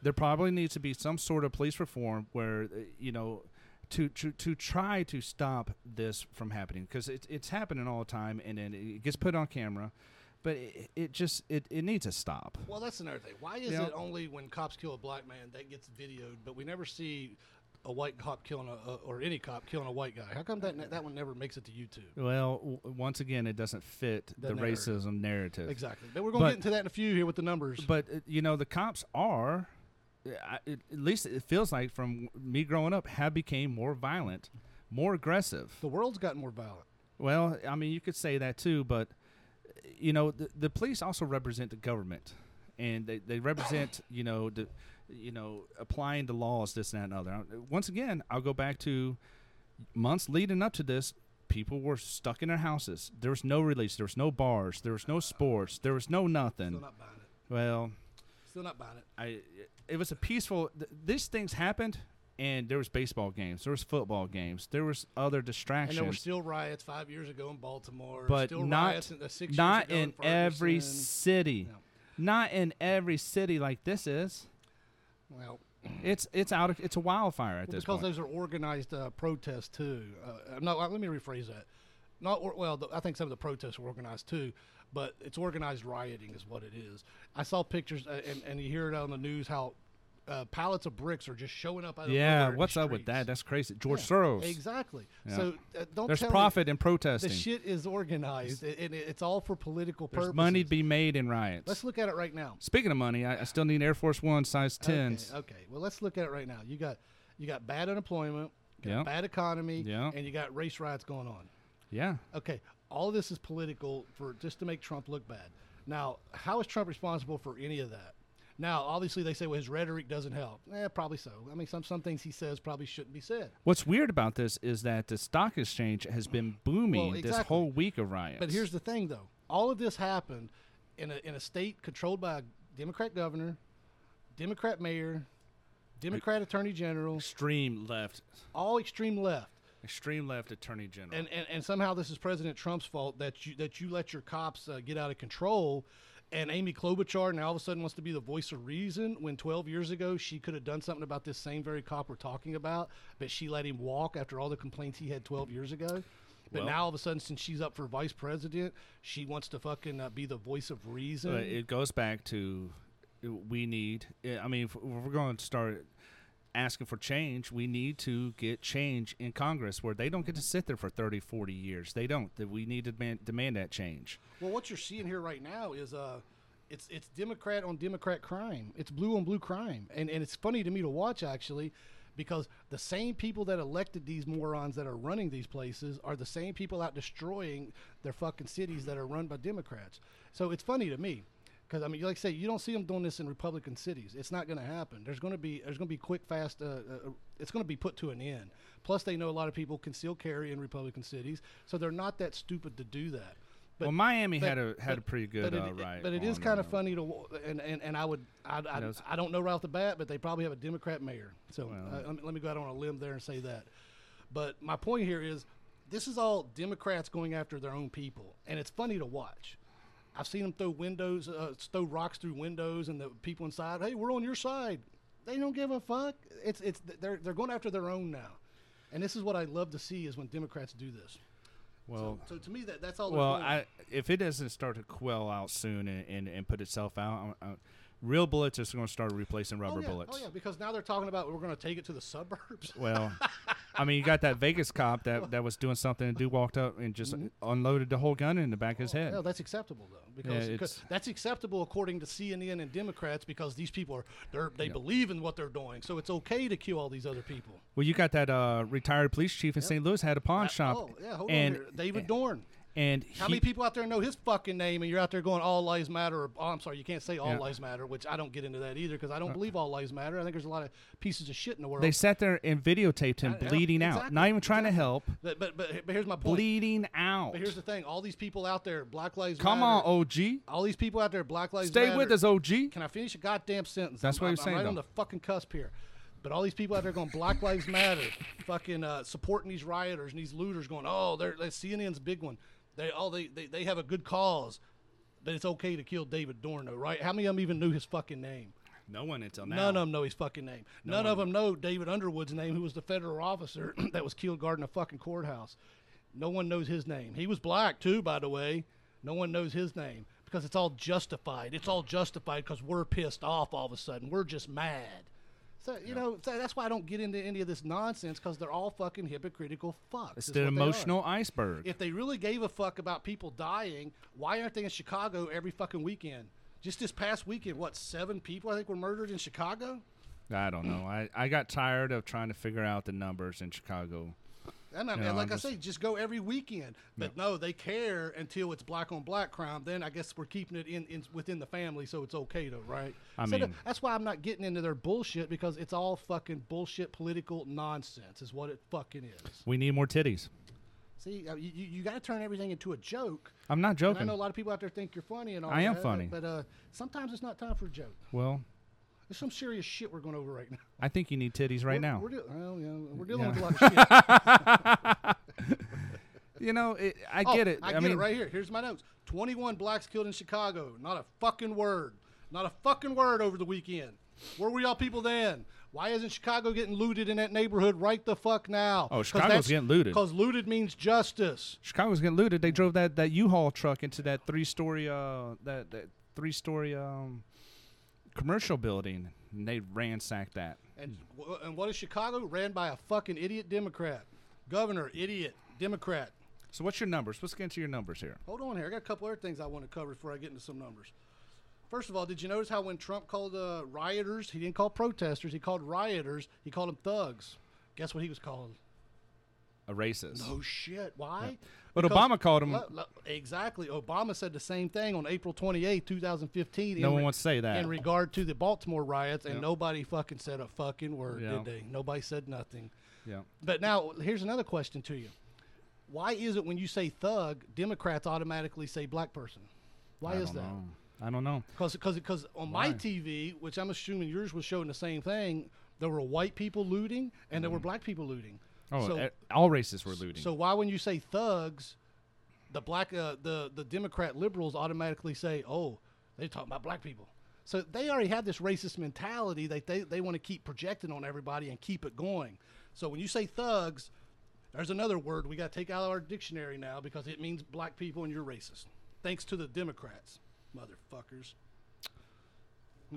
There probably needs to be some sort of police reform where uh, you know, to to, to try to stop this from happening because it, it's happening all the time, and then it gets put on camera, but it, it just it, it needs to stop. Well, that's another thing. Why is Yeah. it only when cops kill a black man that gets videoed, but we never see a white cop killing a, a or any cop killing a white guy? How come that ne- that one never makes it to YouTube? Well, w- once again, it doesn't fit the, The narrative. racism narrative. Exactly. But we're going to But- get into that in a few here with the numbers. But uh, you know, the cops are, uh, I, it, at least it feels like from me growing up, have became more violent, more aggressive. the world's gotten more violent. Well, I mean, you could say that too, but uh, you know, the, the police also represent the government, and they, they represent you know the you know applying the laws, this that, and other. Uh, Once again, I'll go back to months leading up to this. People were stuck in their houses. There was no release. There was no bars. There was no sports. There was no Still nothing. not buying it. Well, Still not buying it. I it was a peaceful. Th- these things happened, and there was baseball games. There was football games. There was other And distractions. there were still riots five years ago in Baltimore. but still not riots in, uh, six not years ago in every Ferguson. city, No. not in every city like this is. Well, It's it's out. Of, it's a wildfire at Well, this because point. those are organized uh, protests too. Uh, no, uh, let me rephrase that. Not or, well. The, I think some of the protests were organized too, but it's organized rioting is what it is. I saw pictures uh, and, and you hear it on the news how uh, pallets of bricks are just showing up. Out of nowhere yeah, in the what's up with streets. that? That's crazy. George Yeah, Soros. Exactly. Yeah. So uh, don't There's tell me profit in The protesting. shit is organized, and and it's all for political There's purposes. money to be made in riots. Let's look at it right now. Speaking of money, I, I still need Air Force One size tens. Okay, uh, okay. Well, let's look at it right now. You got you got bad unemployment, you got Yeah. bad economy, Yeah. and you got race riots going on. Yeah, Okay, all this is political for just to make Trump look bad. Now, how is Trump responsible for any of that? Now, obviously, they say well his rhetoric doesn't help. Eh, probably so. I mean, some some things he says probably shouldn't be said. What's weird about this is that the stock exchange has been booming this exactly. whole week of riots. But here's the thing, though. All of this happened in a, in a state controlled by a Democrat governor, Democrat mayor, Democrat attorney general, extreme left, all extreme left. extreme left attorney general. And, and and somehow this is President Trump's fault that you that you let your cops uh, get out of control. And Amy Klobuchar now all of a sudden wants to be the voice of reason when 12 years ago she could have done something about this same very cop we're talking about, but she let him walk after all the complaints he had 12 years ago. But Well- now all of a sudden, since she's up for vice president, she wants to fucking uh, be the voice of reason. But it goes back to uh, we need. uh, I mean, if if we're going to start asking for change, we need to get change in Congress where they don't get to sit there for 30, 40 years. They don't. That we need to demand, demand that change. Well, what you're seeing here right now is uh, it's it's Democrat on Democrat crime. It's blue on blue crime, and and it's funny to me to watch actually, because the same people that elected these morons that are running these places are the same people out destroying their fucking cities that are run by Democrats. So it's funny to me. Because I mean, like I say, you don't see them doing this in Republican cities. It's not going to happen. There's going to be there's going to be quick, fast. Uh, uh, it's going to be put to an end. Plus, they know a lot of people conceal carry in Republican cities, so they're not that stupid to do that. But well, Miami but- had a had a but- pretty good but it, uh, it- riot. But it is on, kind uh, of funny to, wa- and, and, and I would, I, I, knows? I don't know right off the bat, but they probably have a Democrat mayor. So Well. uh, let, me, let me go out on a limb there and say that. But my point here is this is all Democrats going after their own people, and it's funny to watch. I've seen them throw windows, uh, throw rocks through windows, and the people inside, hey, we're on your side. They don't give a fuck. It's, it's, they're, they're going after their own now. And this is what I love to see is when Democrats do this. Well, so, so to me, that, that's all. they're well, doing. I if it doesn't start to quell out soon and, and, and put itself out, i i real bullets are going to start replacing rubber oh, yeah. bullets. Oh yeah, because now they're talking about we're going to take it to the suburbs. Well, I mean, you got that Vegas cop that, that was doing something and dude walked up and just Mm-hmm. unloaded the whole gun in the back of his head. No, that's acceptable though, because, Yeah, because it's- that's acceptable according to CNN and Democrats because these people are they're, they believe in what they're doing, so it's okay to kill all these other people. Well, you got that uh, retired police chief in St. Louis had a pawn shop. Oh yeah, hold and, on here, David Dorn. And How he, many people out there know his fucking name, and you're out there going all lives matter? Or, oh, I'm sorry, you can't say all Yeah. Uh-uh. lives matter, which I don't get into that either because I don't believe all lives matter. I think there's a lot of pieces of shit in the world. They sat there and videotaped him Yeah, bleeding out, exactly, not even trying to help, but, but, but but here's my point. bleeding out. But here's the thing: all these people out there, Black Lives Come Matter. on, OG, All these people out there, Black Lives stay Matter. with us, OG. Can I finish a goddamn sentence? That's I'm, what I'm, he was saying, I'm right on though. the fucking cusp here. But all these people out there going Black Lives Matter, fucking uh, supporting these rioters and these looters, going, oh, they're, they CNN's a big one. They all they, they they have a good cause, but it's okay to kill David Dorno, right? How many of them even knew his fucking name? No one until now. None of them know his fucking name. None of them know David Underwood's name, who was the federal officer that was killed guarding a fucking courthouse. No one knows his name. He was black too, by the way. No one knows his name because it's all justified. It's all justified because we're pissed off all of a sudden. We're just mad. So So you know so that's why I don't get into any of this nonsense because they're all fucking hypocritical fucks. It's is what the they are. emotional iceberg. If they really gave a fuck about people dying, why aren't they in Chicago every fucking weekend? Just this past weekend, what seven people I think were murdered in Chicago? I don't know. I, I got tired of trying to figure out the numbers in Chicago. And I Yeah, like I'm I just- say, just go every weekend. But no, they care until it's black on black crime. Then I guess we're keeping it in, in within the family, so it's okay though, right? I So th- mean- that's why I'm not getting into their bullshit because it's all fucking bullshit political nonsense. Is what it fucking is. We need more titties. See, uh, you, you got to turn everything into a joke. I'm not And I joking. know a lot of people out there think you're funny and all. I am that, funny. but uh, sometimes it's not time for a joke. Well, There's some serious shit we're going over right now. I think you need titties We're- right now. we're, deal- well, yeah, we're dealing Yeah. with a lot of shit. you know, it, I Oh, get it. I, get mean, it right here. Here's my notes. 21 blacks killed in Chicago. Not a fucking word. Not a fucking word over the weekend. Where were y'all people then? Why isn't Chicago getting looted in that neighborhood right the fuck now? Oh, Chicago's getting looted. Because looted means justice. Chicago's getting looted. They drove that, that U-Haul truck into that three-story uh that, that three-story um commercial building, and they ransacked that. And, w- and what is Chicago? Ran by a fucking idiot Democrat. Governor, idiot, Democrat. So what's your numbers? Let's get into your numbers here. Hold on here. I got a couple other things I want to cover before I get into some numbers. First of all, did you notice how when Trump called uh, rioters, he didn't call protesters, he called rioters, he called them thugs. Guess what he was calling? A racist. Oh shit! Why? But Because- Obama called him- Lo- lo- exactly. Obama said the same thing on April twenty eighth, two thousand fifteen. No one wants to say that. in regard to the Baltimore riots, and nobody fucking said a fucking word, Yeah. did they? Nobody said nothing. yeah. But now here's another question to you: Why is it when you say thug, Democrats automatically say black person? Why I is don't that? know. I don't know. Because because on my TV, which I'm assuming yours was showing the same thing, there were white people looting and there were black people looting. Mm-hmm. Oh, so, e- all racists were looting. so why when you say thugs, the black uh, the the Democrat liberals automatically say, oh, they're talking about black people. So they already have this racist mentality that they, they want to keep projecting on everybody and keep it going. So when you say thugs, there's another word we got to take out of our dictionary now because it means black people and you're racist. Thanks to the Democrats, motherfuckers.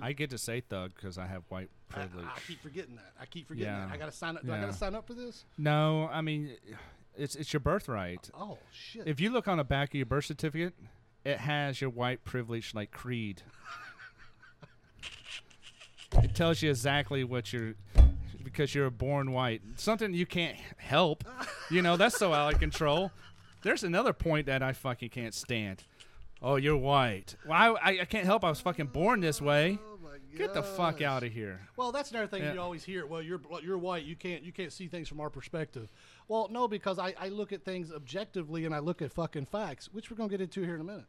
I get to say thug because I have white I, privilege. I keep forgetting that. I keep forgetting Yeah. that. I gotta sign up. Do I Yeah. gotta sign up for this? no, I mean, it's it's your birthright. Oh shit! If you look on the back of your birth certificate, it has your white privilege like creed. it tells you exactly what you're because you're born white. Something you can't help. You know, that's so out of control. There's another point that I fucking can't stand. Oh, you're white. Well, I, I, I can't help. I was fucking born this way. Oh Get the fuck out of here. well, that's another thing Yeah. you always hear. Well, you're bl- you're white. You can't you can't see things from our perspective. Well, no, because I, I look at things objectively and I look at fucking facts, which we're gonna get into here in a minute.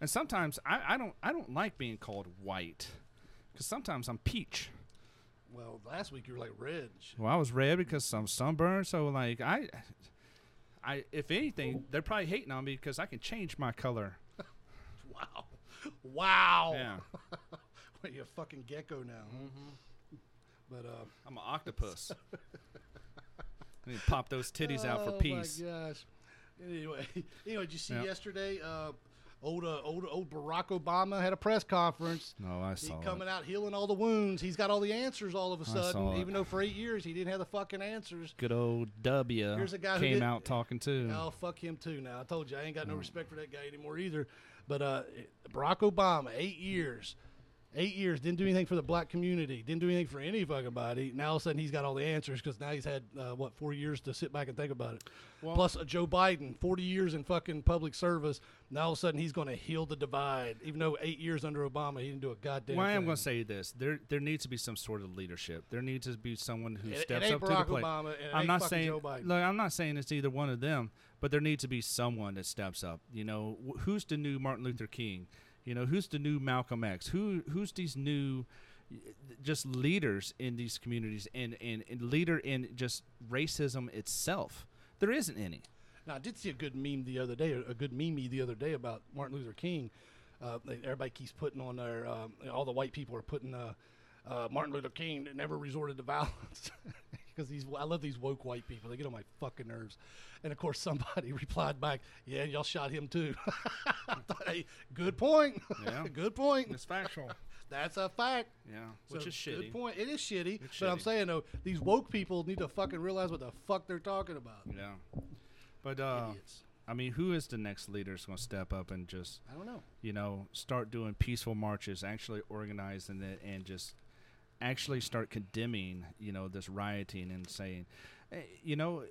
And sometimes I, I don't I don't like being called white, because sometimes I'm peach. Well, last week you were like red. and shit. Well, I was red because I'm sunburned. So like I, I if anything, they're probably hating on me because I can change my color. Wow, wow. Yeah, What, you a fucking gecko now. Mm-hmm. But uh, I'm an octopus. I need to pop those titties out for peace. Oh my gosh. Anyway, anyway, did you see Yeah. yesterday? Uh, old, uh, old, old Barack Obama had a press conference. No, I He saw it. coming out healing all the wounds. He's got all the answers all of a saw sudden, it. even though for eight years he didn't have the fucking answers. Good old W Here's a guy who came did- out talking too. Oh, fuck him too. Now I told you I ain't got Mm. no respect for that guy anymore either. But uh, Barack Obama, eight years, eight years didn't do anything for the black community. Didn't do anything for any fucking body. Now all of a sudden he's got all the answers because now he's had uh, what four years to sit back and think about it. Plus uh, Joe Biden, forty years in fucking public service. Now all of a sudden he's going to heal the divide. Even though eight years under Obama he didn't do a goddamn. Well, I am thing. going to say this: there there needs to be some sort of leadership. There needs to be someone who It- it steps ain't up to the Barack plate. Obama, and it I'm ain't not fucking saying Joe Biden. look, I'm not saying it's either one of them, but there needs to be someone that steps up. You know, wh- who's the new Martin Luther King? You know, who's the new Malcolm X? Who who's these new y- just leaders in these communities and, and, and leader in just racism itself. There isn't any. Now, I did see a good meme the other day, a good meme the other day about Martin Luther King. Uh, they- everybody keeps putting on their, um, all the white people are putting uh, uh, Martin Luther King never resorted to violence. Because these, I love these woke white people. They get on my fucking nerves. And of course, somebody replied back, "Yeah, and y'all shot him too." I thought, hey, good point. Yeah. good point. It's factual. That's a fact. Yeah, which So, is shitty. Good point. It is shitty, It's but I'm shitty. saying though, these woke people need to fucking realize what the fuck they're talking about. Yeah, but uh, Idiots. I mean, who is the next leader that's going to step up and just I don't know. you know start doing peaceful marches, actually organizing it, and just actually start condemning you know this rioting and saying, eh, you know.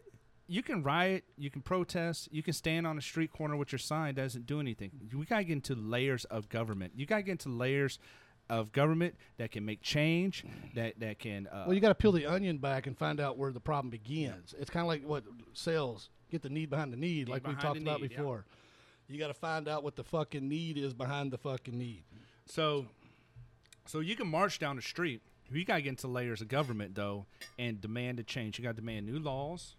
You can riot, you can protest, you can stand on a street corner with your sign. That doesn't do anything. We gotta get into layers of government. You gotta get into layers of government that can make change, that that can. Uh, Well, you got to peel the onion back and find out where the problem begins. It's kind of like what sales get the need behind the need, like we behind talked the about need, yeah. before. You got to find out what the fucking need is behind the fucking need. So, so you can march down the street. You got to get into layers of government though, and demand a change. You got to demand new laws.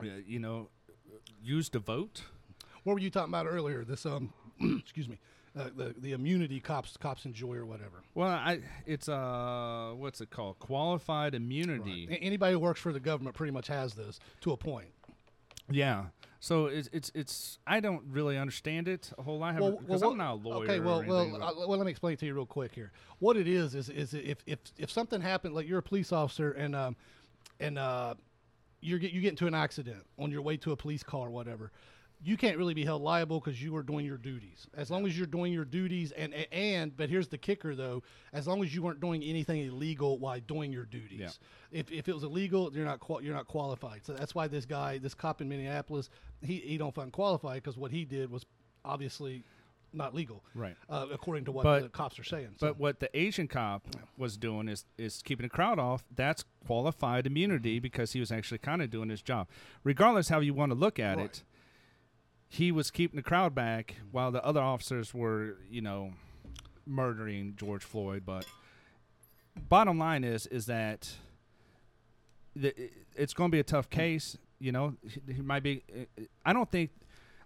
uh, You know, use the vote. What were you talking about earlier? This um, excuse me, uh, the the immunity cops cops enjoy or whatever. Well, I it's uh what's it called? Qualified immunity. A- Anybody who works for the government pretty much has this to a point. Yeah. So it's it's it's I don't really understand it a whole lot because I'm not a lawyer. Okay, well, or well, anything, but- uh, well, let me explain to you real quick here. What it is is is if if if something happened, like you're a police officer and um and uh you're get you get into an accident on your way to a police car or whatever. You can't really be held liable because you were doing your duties. As long as you're doing your duties, and a- and but here's the kicker though: as long as you weren't doing anything illegal while doing your duties. If, if it was illegal, you're not qual- you're not qualified. So that's why this guy, this cop in Minneapolis, he he don't find qualified because what he did was obviously not legal, Right. Uh, according to what But- the cops are saying. So, But what the Asian cop was doing is is keeping the crowd off. That's qualified immunity Mm-hmm. because he was actually kind of doing his job, regardless how you want to look at Right. it. He was keeping the crowd back while the other officers were, you know, murdering George Floyd. But bottom line is is that the, it's going to be a Mm-hmm. tough case. You know, he, he might be. I don't think.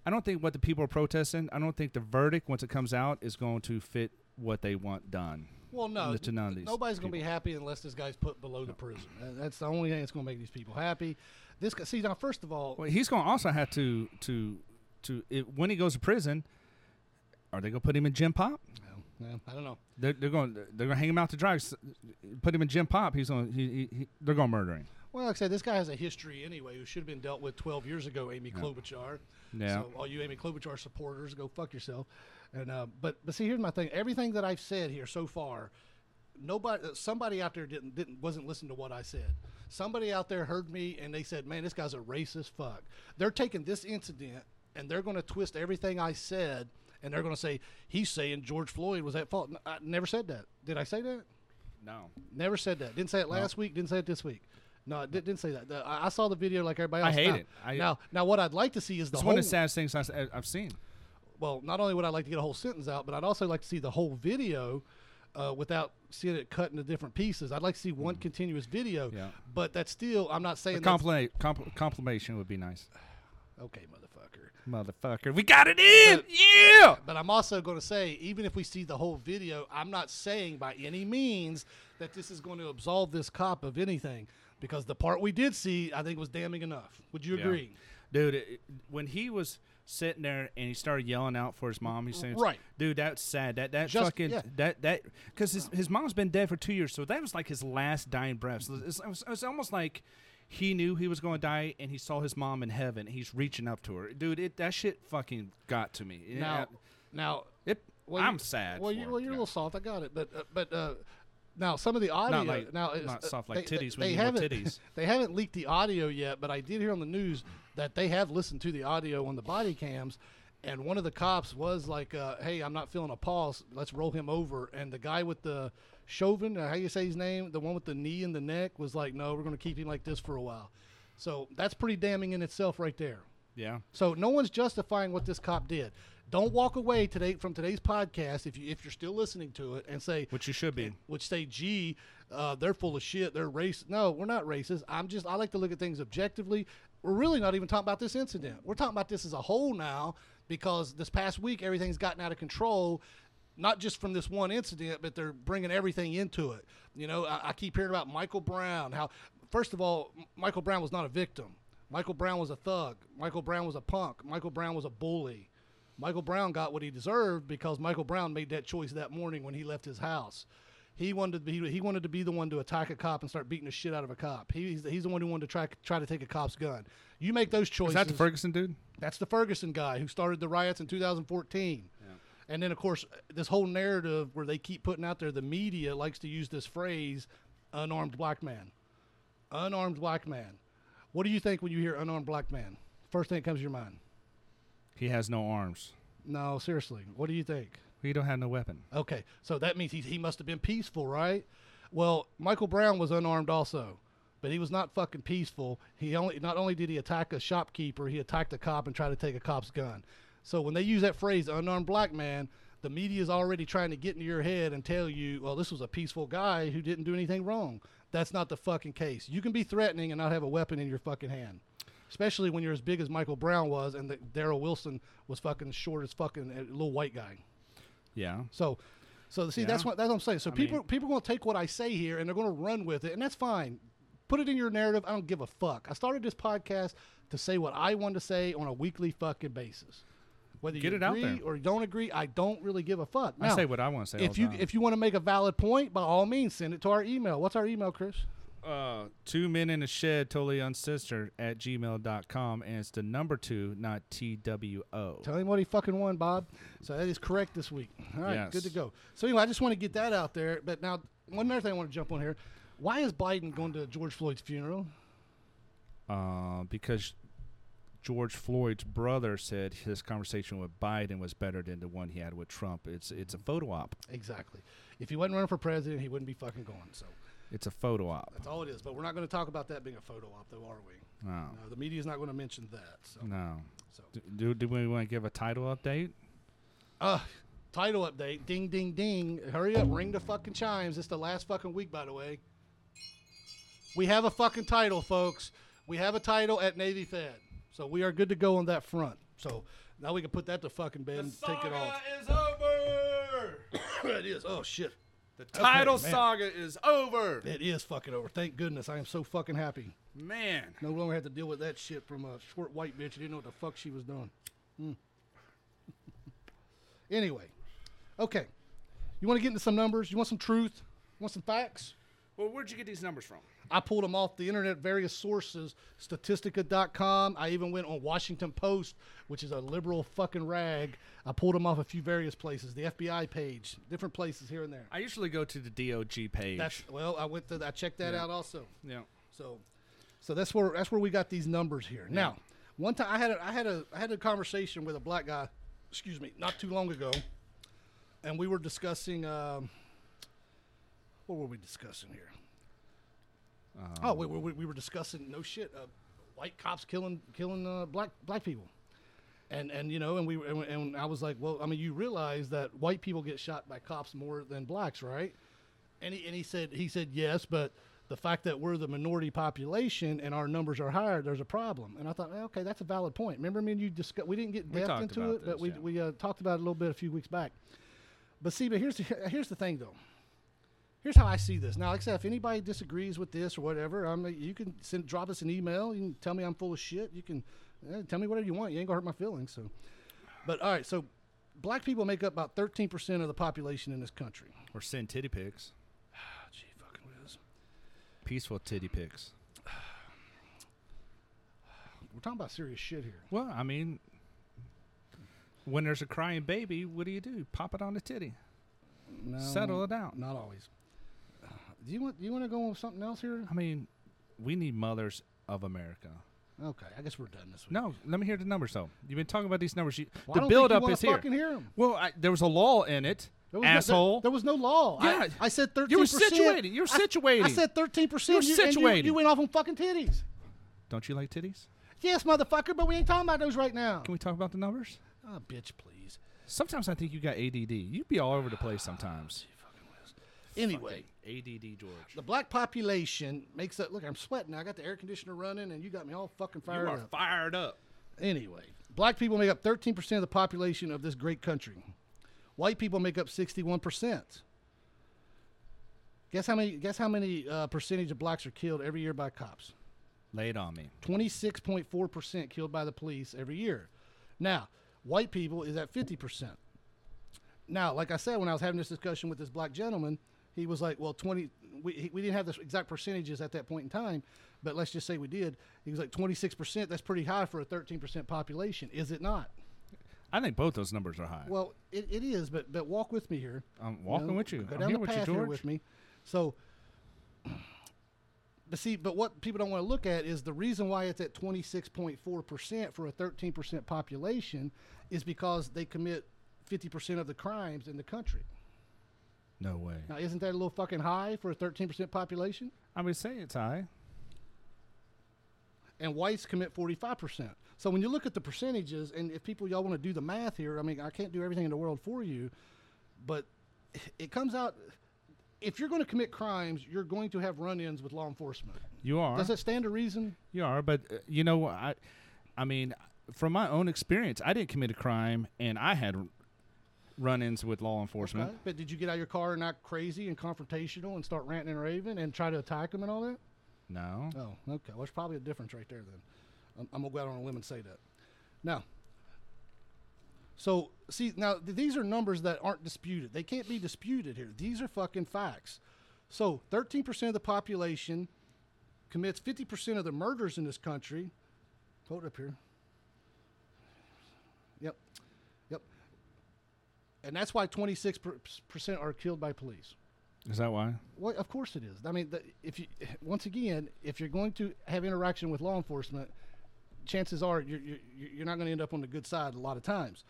I don't think what the people are protesting. I don't think the verdict once it comes out is going to fit what they want done. well, no, Listen to none of these nobody's going to be happy unless this guy's put below the prison. Uh, That's the only thing that's going to make these people happy. This guy, see now, first of all, Well, he's going to also have to to to it, when he goes to prison. Are they going to put him in gym pop? yeah, I don't know. They're, they're going they're going to hang him out to dry. S- Put him in gym pop. He's going. He, he, he, they're going to murder him. Well, like I said, this guy has a history anyway. Who should have been dealt with 12 years ago, Amy Klobuchar. Yeah. So all you Amy Klobuchar supporters, go fuck yourself. And uh, but but see, here's my thing. Everything that I've said here so far, nobody, uh, somebody out there didn't didn't wasn't listening to what I said. Somebody out there heard me and they said, "Man, this guy's a racist fuck." They're taking this incident and they're going to twist everything I said, and they're going to say he's saying George Floyd was at fault. N- I never said that. Did I say that? No, Never said that. Didn't say it last week. Didn't say it this week. No, it di- didn't say that. The- I I saw the video like everybody I else. hate now, it. I- now, now what I'd like to see is the it's whole. one of the saddest things I, have seen. well, not only would I like to get a whole sentence out, but I'd also like to see the whole video, uh, without seeing it cut into different pieces. I'd like to see one continuous video. Mm-hmm. Yeah. But that's still. I'm not saying. that's- Compliment, compl- complimation would be nice. okay, motherfucker. Motherfucker, we got it in! Yeah! But I'm also going to say, even if we see the whole video, I'm not saying by any means that this is going to absolve this cop of anything, because the part we did see, I think, was damning enough. Would you agree? Dude, it, when he was sitting there and he started yelling out for his mom, he's saying, Mm, Right. dude, that's sad. That that Just- fucking yeah. that that because his, his mom's been dead for two years, so that was like his last dying breath. So it's, it's, it's almost like he knew he was going to die, and he saw his mom in heaven. And he's reaching up to her, dude. It that shit fucking got to me. It- Now, now, it, well, I'm you- sad. Well, for you, him, well, you're yeah. a little soft. I got it, but uh, but uh, now some of the audio like- now it's- not uh, soft like they, titties. We They, need more haven't titties. they haven't leaked the audio yet, but I did hear on the news that they have listened to the audio on the body cams. And one of the cops was like, uh, "Hey, I'm not feeling a pulse. Let's roll him over." And the guy with the Chauvin, or how you say his name, the one with the knee and the neck, was like, "No, we're going to keep him like this for a while." So that's pretty damning in itself, right there. yeah. So no one's justifying what this cop did. Don't walk away today from today's podcast if you if you're still listening to it and say Which you should be. which say gee uh, they're full of shit they're racist. No, we're not racist. I'm just I like to look at things objectively. We're really not even talking about this incident. We're talking about this as a whole now because this past week everything's gotten out of control. Not just from this one incident, but they're bringing everything into it. You know, I, I keep hearing about Michael Brown. How, first of all, M- Michael Brown was not a victim. Michael Brown was a thug. Michael Brown was a punk. Michael Brown was a bully. Michael Brown got what he deserved because Michael Brown made that choice that morning when he left his house. He wanted to be he wanted to be the one to attack a cop and start beating the shit out of a cop. He, he's, he's the one who wanted to try try to take a cop's gun. You make those choices. Is that the Ferguson dude? That's the Ferguson guy who started the riots in 2014. And then, of course, this whole narrative where they keep putting out there, the media likes to use this phrase, unarmed black man. Unarmed black man. What do you think when you hear unarmed black man? First thing that comes to your mind. He has no arms. No, seriously. What do you think? He don't have no weapon. Okay, so that means he, he must have been peaceful, right? Well, Michael Brown was unarmed also, but he was not fucking peaceful. He only not only did he attack a shopkeeper, he attacked a cop and tried to take a cop's gun. So when they use that phrase "unarmed black man," the media is already trying to get into your head and tell you, "Well, this was a peaceful guy who didn't do anything wrong." That's not the fucking case. You can be threatening and not have a weapon in your fucking hand. Especially when you're as big as Michael Brown was, and the Daryl Wilson was fucking short as fucking a little white guy. Yeah. So, so see, that's Yeah. what that's what I'm saying. So people mean- people are going to take what I say here and they're going to run with it, and that's fine. Put it in your narrative. I don't give a fuck. I started this podcast to say what I want to say on a weekly fucking basis. Whether Get you it out agree there. or don't agree, I don't really give a fuck. Now, I say what I want to say. all if the you time. if you want to make a valid point, by all means, send it to our email. What's our email, Chris? uh, two men in a shed, totally uncensored at gmail.com, and it's the number two, not T W O. Tell him what he fucking won, Bob. So that is correct this week. All right, Yes. good to go. So anyway, I just want to get that out there. But now, one other thing I want to jump on here: Why is Biden going to George Floyd's funeral? Uh, because George Floyd's brother said his conversation with Biden was better than the one he had with Trump. It's it's a photo op. Exactly. If he wasn't running for president, he wouldn't be fucking going. So It's a photo op. that's all it is. But we're not going to talk about that being a photo op, though, are we? No, Mm. No, the media's not going to mention that. So, no. so. Do, do, do we want to give a title update? Uh, title update. Ding, ding, ding. Hurry up. Ring the fucking chimes. It's the last fucking week, by the way. We have a fucking title, folks. We have a title at Navy Fed. So we are good to go on that front. So now we can put that to fucking bed and take it off. is over. it is. Oh, shit. The title man. saga is over. It is fucking over. Thank goodness. I am so fucking happy. Man. No longer had to deal with that shit from a short white bitch who didn't know what the fuck she was doing. Mm. anyway, okay. You want to get into some numbers? You want some truth? You want some facts? Well, where'd you get these numbers from? I pulled them off the internet, various sources, statistica.com. I even went on Washington Post, which is a liberal fucking rag. I pulled them off a few various places, the FBI page, different places here and there. I usually go to the DOG page. That's well, I went to I checked that Yeah. out also. yeah. So, so that's where that's where we got these numbers here. Now, one time I had a, I had a I had a conversation with a black guy, excuse me, not too long ago, and we were discussing um, what were we discussing here? oh, we, we, we were discussing no shit, uh, white cops killing killing uh, black black people. And, and you know and we and, and I was like well I mean you realize that white people get shot by cops more than blacks right and he, and he said he said yes, but the fact that we're the minority population and our numbers are higher, there's a problem. And I thought, eh, okay, that's a valid point. Remember, me and you discussed. We didn't get We depth talked into about it, but this, we yeah. we uh, talked about it a little bit a few weeks back. But see, but here's the, here's the thing though. Here's how I see this. Now, like I said, if anybody disagrees with this or whatever, I'm you can send drop us an email. You can tell me I'm full of shit. You can eh, tell me whatever you want. You ain't gonna hurt my feelings. So, but all right, so. Black people make up about 13% of the population in this country. Or send titty pics. Oh, gee, fucking whiz. Peaceful titty pics. We're talking about serious shit here. Well, I mean, when there's a crying baby, what do you do? Pop it on the titty. No, Settle it out. Not always. Do you want do you want to go on with something else here? I mean, we need mothers of America. Okay, I guess we're done this week. No, let me hear the numbers though. You've been talking about these numbers. You, Well, I the don't think you build up wanna is here. Fucking hear 'em. Well, I, there was a law in it, There was no- there- asshole. there, was no law. I- Yeah. I, said thirteen. you were situating. You were situating. I said thirteen percent. You're You, situating. went off on fucking titties. Don't you like titties? Yes, motherfucker, but we ain't talking about those right now. Can we talk about the numbers? Ah, bitch, please. Sometimes I think you got ADD. You be all over the place sometimes. Anyway, ADD George. the black population makes up. Look, I'm sweating. I got the air conditioner running, and you got me all fucking you fired are up. fired up. Anyway, black people make up 13% of the population of this great country. White people make up 61%. Guess how many guess how many uh, percentage of blacks are killed every year by cops? Lay it on me. 26.4% killed by the police every year. Now, White people is at 50%. Now, like I said, when I was having this discussion with this black gentleman, he was like, well, 20, we, he- we didn't have the exact percentages at that point in time, but let's just say we did. He was like, 26%, that's pretty high for a 13% population, is it not? I think both those numbers are high. Well, it, it is, but, but walk with me here. I'm walking know, with you. Go I'm down here the with you, path here George. with me. So, but see, but what people don't want to look at is the reason why it's at 26.4% for a 13% population is because they commit 50% of the crimes in the country. No way. Now, isn't that a little fucking high for a 13% population? I would say it's high. And whites commit 45%. So when you look at the percentages, and if people, y'all want to do the math here, I mean, I can't do everything in the world for you, but it comes out if you're going to commit crimes, you're going to have run ins with law enforcement. You are. Does that stand to reason? You are, but uh, you know, what, I, I mean, from my own experience, I didn't commit a crime, and I had r- run-ins with law enforcement. Right? But did you get out of your car and act crazy and confrontational and start ranting and raving and try to attack them and all that? No, Oh, okay. Well, there's probably a difference right there then. I'm, I'm going to go out on a limb and say that. Now, so see, now th- these are numbers that aren't disputed. They can't be disputed here. These are fucking facts. So 13% of the population commits 50% of the murders in this country. Hold it up here. Yep. Yep. And that's why 26% are killed by police. is that why? Well, of course it is. I mean, the, if you once again, if you're going to have interaction with law enforcement, chances are you're you're, you're not going to end up on the good side a lot of times.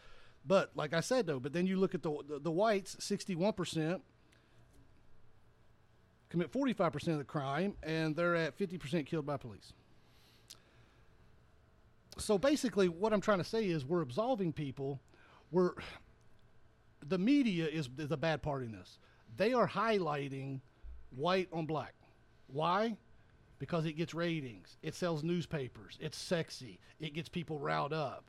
But like I said though, but then you look at the the, the whites, sixty one percent commit forty five percent of the crime, and they're at fifty percent killed by police. So basically, what I'm trying to say is we're absolving people. We're the media is the bad part in this. They are highlighting white on black. Why? Because it gets ratings. It sells newspapers. It's sexy. It gets people riled up.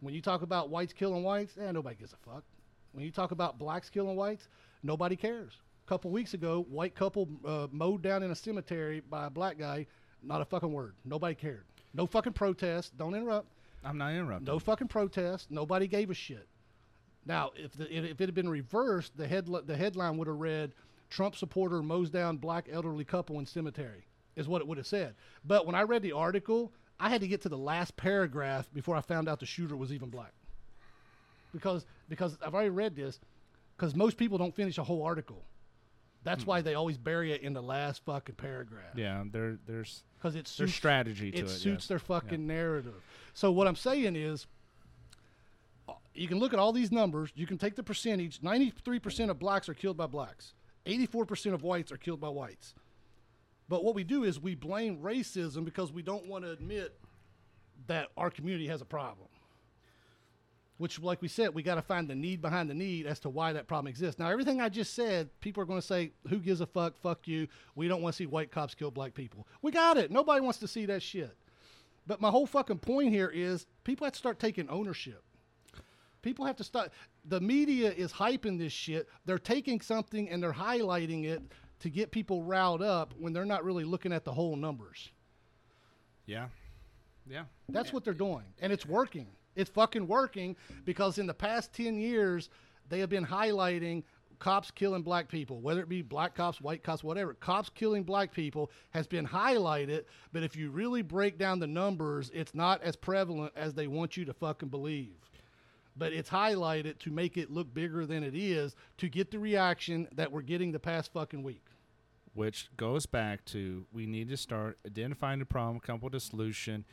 When you talk about whites killing whites, eh, nobody gives a fuck. When you talk about blacks killing whites, nobody cares. A couple weeks ago, white couple uh, mowed down in a cemetery by a black guy. Not a fucking word. Nobody cared. No fucking protest. Don't interrupt. I'm not interrupting. No fucking protest. Nobody gave a shit. Now, if the, if it had been reversed, the head the headline would have read, "Trump supporter mows down black elderly couple in cemetery," is what it would have said. But when I read the article, I had to get to the last paragraph before I found out the shooter was even black. Because because I've already read this, because most people don't finish a whole article. That's why they always bury it in the last fucking paragraph. Yeah, there, there's Because it there's suits strategy to it. it yes. suits their fucking narrative. So what I'm saying is, uh, you can look at all these numbers. You can take the percentage. Ninety-three percent of blacks are killed by blacks. Eighty-four percent of whites are killed by whites. But what we do is we blame racism because we don't want to admit that our community has a problem. Which, like we said, we got to find the need behind the need as to why that problem exists. Now, everything I just said, people are going to say, "Who gives a fuck? Fuck you. We don't want to see white cops kill black people." We got it. Nobody wants to see that shit. But my whole fucking point here is people have to start taking ownership. People have to start. The media is hyping this shit. They're taking something and they're highlighting it to get people riled up when they're not really looking at the whole numbers. Yeah, yeah. That's what they're doing. And it's working. It's fucking working because in the past 10 years, they have been highlighting cops killing black people, whether it be black cops, white cops, whatever. Cops killing black people has been highlighted. But if you really break down the numbers, it's not as prevalent as they want you to fucking believe. But it's highlighted to make it look bigger than it is to get the reaction that we're getting the past fucking week. Which goes back to we need to start identifying the problem, come up with a solution,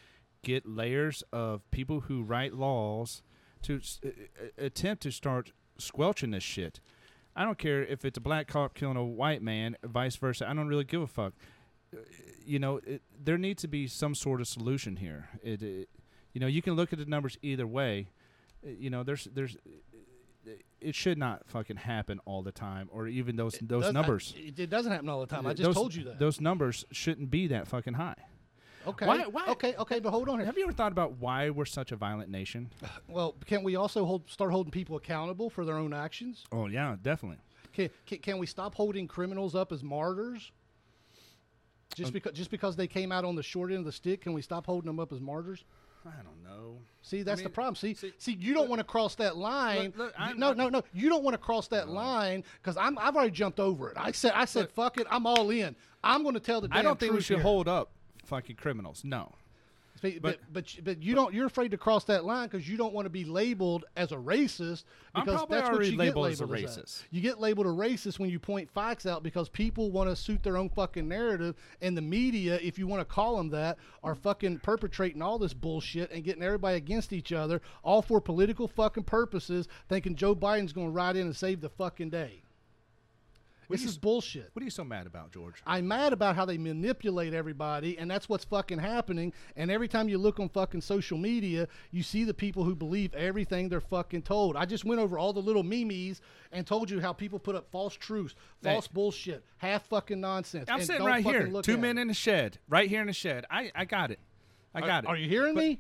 get layers of people who write laws to s- a- a- attempt to start squelching this shit. I don't care if it's a black cop killing a white man, vice versa. I don't really give a fuck. Uh, You know, it, there needs to be some sort of solution here. It, it, you know, you can look at the numbers either way. Uh, You know, there's, there's, it should not fucking happen all the time, or even those those Does- I- numbers. it, it doesn't happen all the time. I just Those- told you that. Those numbers shouldn't be that fucking high. okay. Why- why- Okay. Okay. But hold on here. Have you ever thought about why we're such a violent nation? Well, can we also hold, start holding people accountable for their own actions? Oh yeah, definitely. Can, can, can we stop holding criminals up as martyrs? Um, Just because just because they came out on the short end of the stick, can we stop holding them up as martyrs? I don't know. See, that's mean, the problem. See, see, see, you don't want to cross that line. look, look, You- I'm- no, I'm- no, no. You don't want to cross that line because I'm I've already jumped over it. I said I said fuck it. I'm all in. I'm going to tell the. Damn I don't think we truth should here. hold up fucking criminals. No. But but but- but, you- but you don't. You're afraid to cross that line because you don't want to be labeled as a racist. I'm Because probably that's what already you labeled get as a labeled at. racist. You get labeled a racist when you point facts out because people want to suit their own fucking narrative, and the media, if you want to call them that, are fucking perpetrating all this bullshit and getting everybody against each other, all for political fucking purposes, thinking Joe Biden's going to ride in and save the fucking day. What this do you is s- bullshit. What are you so mad about, George? I'm mad about how they manipulate everybody, and that's what's fucking happening. And every time you look on fucking social media, you see the people who believe everything they're fucking told. I just went over all the little memes and told you how people put up false truths, Hey. false bullshit, half fucking nonsense. I'm and sitting don't right fucking here, look two at men it. in the shed, right here in the shed. I, I got it. I got it. Are you hearing me?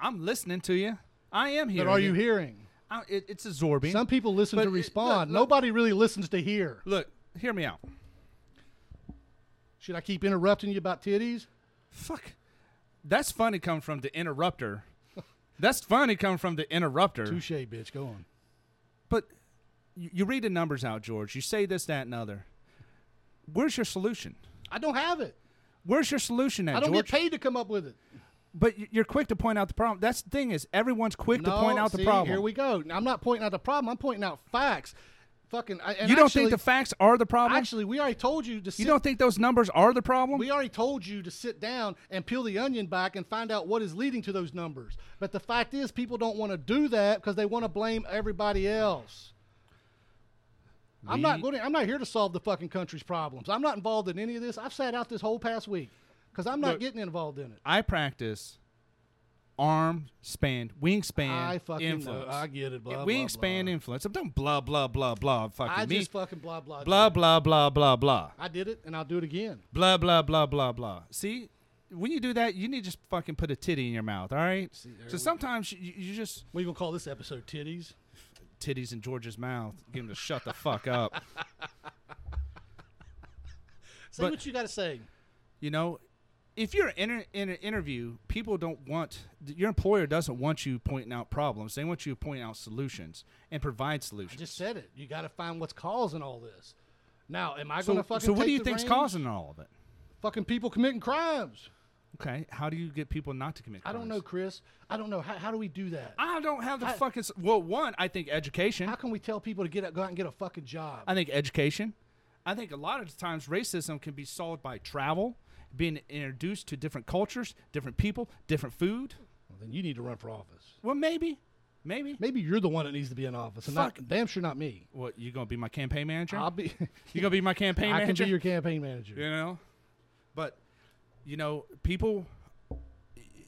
I'm listening to you. I am here. But are you hearing? I, it, it's absorbing. Some people listen But to it- respond. look, look. Nobody really listens to hear. Look, hear me out. Should I keep interrupting you about titties? Fuck. That's funny coming from the interrupter. That's funny coming from the interrupter. Touche, bitch. Go on. But you, you read the numbers out, George. You say this, that, and other. Where's your solution? I don't have it. Where's your solution at, I don't George? get paid to come up with it. but y- you're quick to point out the problem. That's the thing is everyone's quick to point out see, the problem. Here we go. Now, I'm not pointing out the problem. I'm pointing out facts. Fucking. I, and you don't actually, think the facts are the problem? Actually, we already told you to. Sit, you don't think those numbers are the problem? We already told you to sit down and peel the onion back and find out what is leading to those numbers. But the fact is, people don't want to do that because they want to blame everybody else. I'm not We- going. I'm not here to solve the fucking country's problems. I'm not involved in any of this. I've sat out this whole past week because I'm not Look, getting involved in it. I practice arm span, wingspan, I fucking know. influence. I get it, blah, Yeah, blah, wingspan blah. influence. I'm doing blah blah blah blah. Fucking I me. just fucking blah blah blah blah blah blah blah I did it, and I'll do it again. blah blah blah blah blah. See, when you do that, you need to just fucking put a titty in your mouth. All right. there so we- sometimes you, you just What are you gonna call this episode? Titties. titties in George's mouth. Get him to shut the fuck up. Say But- what you got to say. You know, if you're in, in an interview, people don't want your employer doesn't want you pointing out problems. They want you to point out solutions and provide I solutions. just said it. You got to find what's causing all this. Now, am I so, gonna fucking? so what do take you the think's reins? causing all of it? Fucking people committing crimes. Okay, how do you get people not to commit? I don't crimes? know, Chris. I don't know. How, how do we do that? I don't have the I- fucking. s- Well, one, I think education. How can we tell people to get out, go out and get a fucking job? I think education. I think a lot of times racism can be solved by travel, being introduced to different cultures, different people, different food. Well, then you need to run for office. Well, maybe, maybe. Maybe you're the one that needs to be in office, and Fuck. not damn sure not me. What you gonna be my campaign manager? I'll be. you gonna be my campaign I can manager? be your campaign manager. you know, but you know, people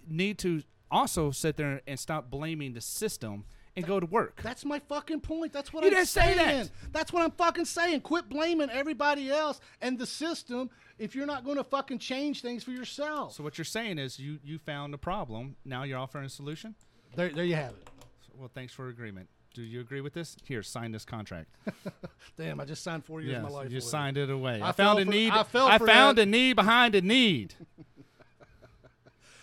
need to also sit there and stop blaming the system and go to work. That's my fucking point. That's what You I'm didn't say saying. that. That's what I'm fucking saying. Quit blaming everybody else and the system if you're not going to fucking change things for yourself. So what you're saying is you you found a problem. Now you're offering a solution. there, there you have it. Well, thanks for agreement. Do you agree with this? Here, sign this contract. Damn, I just signed four years of my life. you away. signed it away. I I, found fell a for- need. I I, fell for found that. a need behind a need.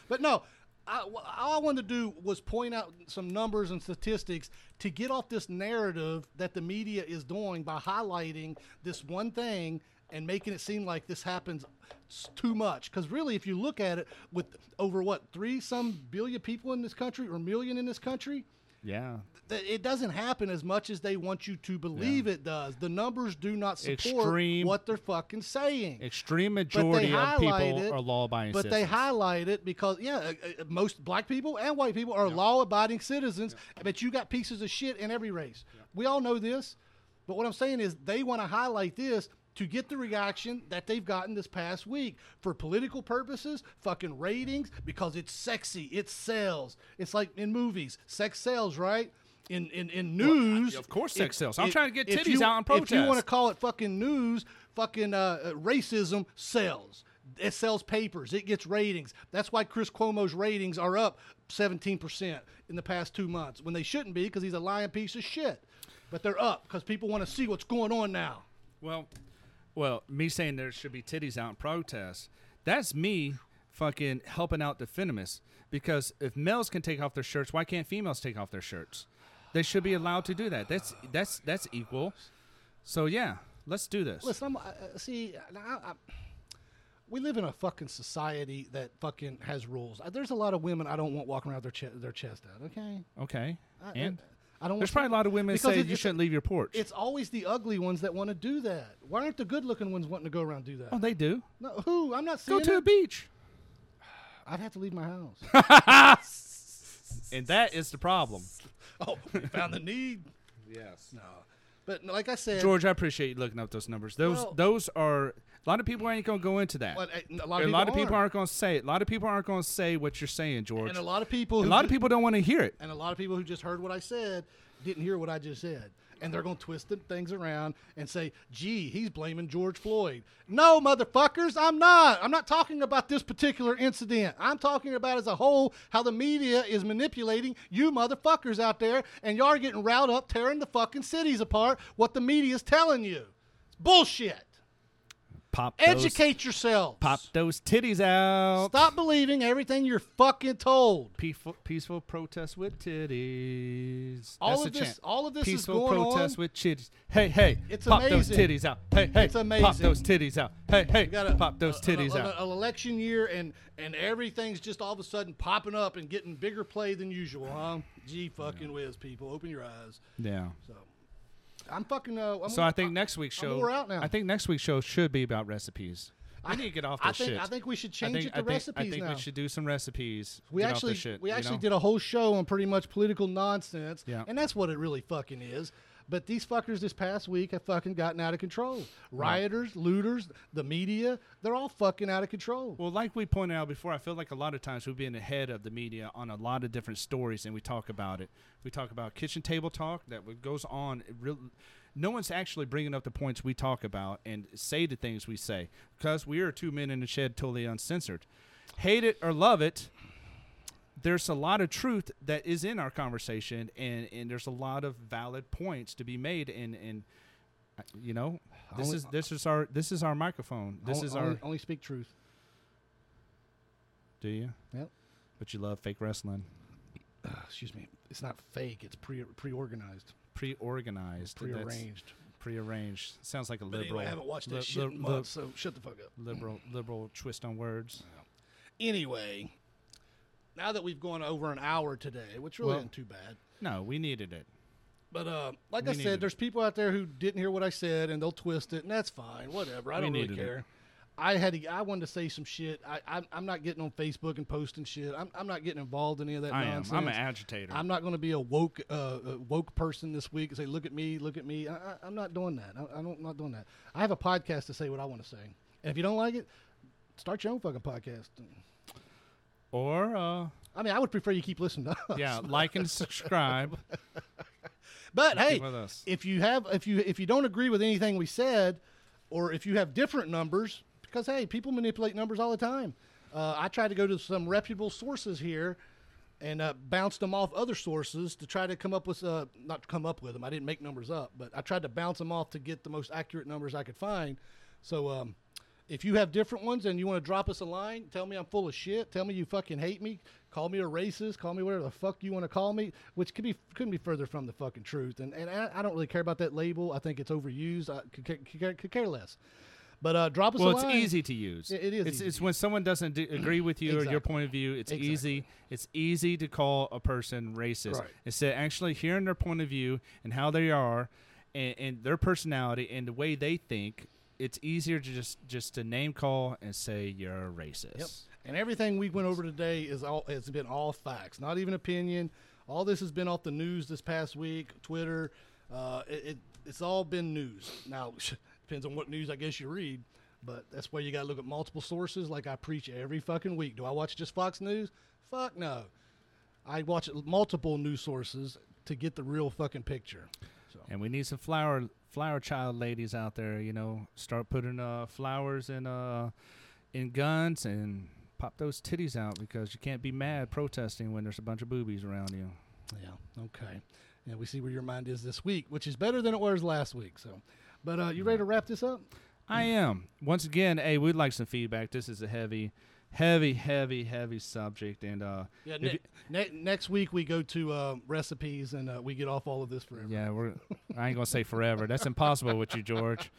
But no, I, wh- all I wanted to do was point out some numbers and statistics to get off this narrative that the media is doing by highlighting this one thing and making it seem like this happens s- too much. Because really, if you look at it, with over what three some billion people in this country or million in this country. Yeah. th- It doesn't happen as much as they want you to believe it does. The numbers do not support Extreme- what they're fucking saying. Extreme But they majority of highlight people it- are law-abiding But they citizens. highlight it because yeah, uh, uh, most black people and white people are law-abiding citizens. But you got pieces of shit in every race. We all know this. But what I'm saying is they want to highlight this to get the reaction that they've gotten this past week for political purposes, fucking ratings because it's sexy, it sells. It's like in movies, sex sells, right? In in, in news, of course if- sex sells. I'm if- trying to get if titties you- out in If you want to protest. call it fucking news, fucking uh, uh, racism sells. It sells papers. It gets ratings. That's why Chris Cuomo's ratings are up 17% in the past two months when they shouldn't be because he's a lying piece of shit. But they're up because people want to see what's going on now. well, well, me saying there should be titties out in protest. That's me fucking helping out the feminists because if males can take off their shirts, why can't females take off their shirts? They should be allowed to do that. That's that's that's equal. So yeah, let's do this. Listen, I'm, uh, see, I, I, we live in a fucking society that fucking has rules. Uh, There's a lot of women I don't want walking around their che- their chest out. Okay, okay. I, and I, I don't. there's want probably a lot of women that because say it- you it's- shouldn't leave your porch. It's always the ugly ones that want to do that. Why aren't the good looking ones wanting to go around and do that? oh, they do. no, who? I'm not Go seeing. to a it. beach. I'd have to leave my house. And that is the problem. oh, we found the need. Yes. No, but like I said, George, I appreciate you looking up those numbers. Those Well- those are a lot of people ain't gonna go into that. what- a lot a of lot of people aren't. aren't gonna say it. A lot of people aren't gonna say what you're saying, George. and a lot of people, A who lot of ju- people don't want to hear it. and a lot of people who just heard what I said didn't hear what I just said. And they're going to twist them things around and say, gee, he's blaming George Floyd. No, motherfuckers, I'm not. I'm not talking about this particular incident. I'm talking about as a whole how the media is manipulating you motherfuckers out there and y'all are getting riled up, tearing the fucking cities apart, what the media's telling you. It's bullshit. Pop those- Educate yourselves. pop those titties out. Stop believing everything you're fucking told. Peaceful, peaceful protest with titties. All That's of the this- chant. all of this is peaceful going protest on. with titties. Hey, hey, It's pop those amazing. titties out. Hey, hey, It's Pop amazing. those titties out. Hey, hey, We uh, got a, pop those a- titties a- a- out. An election year, and and everything's just all of a sudden popping up and getting bigger play than usual, huh? Gee, fucking whiz, people, open your eyes. yeah. So, I'm fucking. Uh, I'm So I think next week's I'm show. wore out now. I think next week's show should be about recipes. I I- need to get off I this think shit. I think we should change I think, it to I think, recipes I think now. we should do some recipes. We Get off actually this shit, we you actually know? did a whole show on pretty much political nonsense, Yeah. and that's what it really fucking is. But these fuckers this past week have fucking gotten out of control. Rioters, looters, the media, they're all fucking out of control. Well, like we pointed out before, I feel like a lot of times we've been ahead of the media on a lot of different stories, and we talk about it. We talk about kitchen table talk that w- goes on. it Real, no one's actually bringing up the points we talk about and say the things we say because we are two men in a shed, totally uncensored. Hate it or love it, there's a lot of truth that is in our conversation, and and there's a lot of valid points to be made, and and. uh, You know, this Only- is this is our this is our microphone. This Only- is only- our. only speak truth. Do you? Yep. But you love fake wrestling. uh, excuse me, it's not fake. It's pre pre organized, Pre-organized. pre That's arranged. Pre-arranged. Sounds like a But liberal. anyway, I haven't watched that li- shit li- in li- months, so shut the fuck up. liberal, liberal twist on words. Anyway, now that we've gone over an hour today, which really Well- isn't too bad. No, we needed it. But uh, like We I needed said, it. there's people out there who didn't hear what I said, and they'll twist it, and that's fine. Whatever. I We don't really needed it. care. I had to, I wanted to say some shit. I, I'm, I'm not getting on Facebook and posting shit. I'm, I'm not getting involved in any of that I am. nonsense. I'm an agitator. I'm not going to be a woke uh, uh, woke person this week and say, "Look at me, look at me." I, I, I'm not doing that. I, I don't, am not doing that. I have a podcast to say what I want to say, and if you don't like it, start your own fucking podcast. or uh, I mean, I would prefer you keep listening to us. yeah, like and subscribe. But hey, Keep with us. if you have, if you if you don't agree with anything we said, or if you have different numbers, because hey, people manipulate numbers all the time. Uh, I tried to go to some reputable sources here, and uh, bounced them off other sources to try to come up with uh, not to come up with them. I didn't make numbers up, but I tried to bounce them off to get the most accurate numbers I could find. So. Um, if you have different ones and you want to drop us a line, tell me I'm full of shit. Tell me you fucking hate me. Call me a racist. Call me whatever the fuck you want to call me, which could be couldn't be further from the fucking truth. And and I, I don't really care about that label. I think it's overused. I could, care- could, care- could care less. But uh, drop us well, a it's line. easy to use. It- it is It's, easy it's to when someone doesn't d- agree with you or your Exactly. point of view. It's Exactly. easy. It's easy to call a person racist Right. instead of actually hearing their point of view and how they are, and, and their personality and the way they think. It's easier to just just to name call and say you're a racist. Yep. And everything we went over today is all has been all facts, not even opinion. All this has been off the news this past week, Twitter. Uh, it, it it's all been news. Now depends on what news I guess you read, but that's why you got to look at multiple sources. Like I preach every fucking week. Do I watch just Fox News? Fuck no. I watch multiple news sources to get the real fucking picture. So And we need some flower flower child ladies out there. You know, start putting uh, flowers in uh in guns and pop those titties out because you can't be mad protesting when there's a bunch of boobies around you. yeah, okay. And we see where your mind is this week, which is better than it was last week. So, but uh, you ready to wrap this up? I am. Once again, hey, we'd like some feedback. This is a heavy, heavy, heavy, heavy subject. And uh, Yeah. if Ne- you- ne- next week we go to uh, recipes and uh, we get off all of this forever. yeah, we're I ain't gonna say forever. That's impossible with you, George.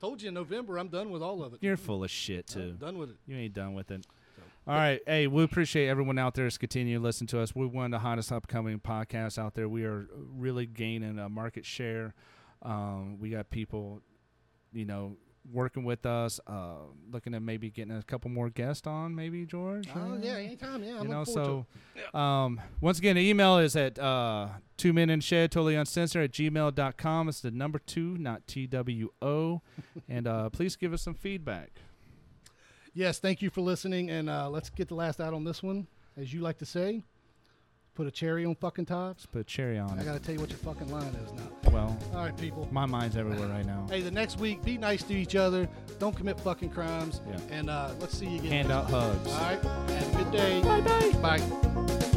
Told you in November I'm done with all of it. You're full of shit I'm too. done with it. You ain't done with it. All right, hey, we appreciate everyone out there that's continuing to listen to us. We're one of the hottest upcoming podcasts out there. We are really gaining a market share. Um, we got people, you know, working with us, uh, looking at maybe getting a couple more guests on, maybe George. Oh Uh, yeah, anytime. Yeah, I'm looking you know, forward to it. so um, once again, the email is at uh, two men in shed, totally uncensored at gmail.com. It's the number two, not T W O. and uh, please give us some feedback. Yes, thank you for listening, and uh, let's get the last out on this one. As you like to say, put a cherry on fucking tops. Let's put a cherry on I it. gotta tell you what your fucking line is now. Well, All right, people. my mind's everywhere right now. Hey, the next week, be nice to each other. Don't commit fucking crimes. Yeah. And uh, let's see you again. Hand out hugs. All right. Have a good day. Bye bye. Bye.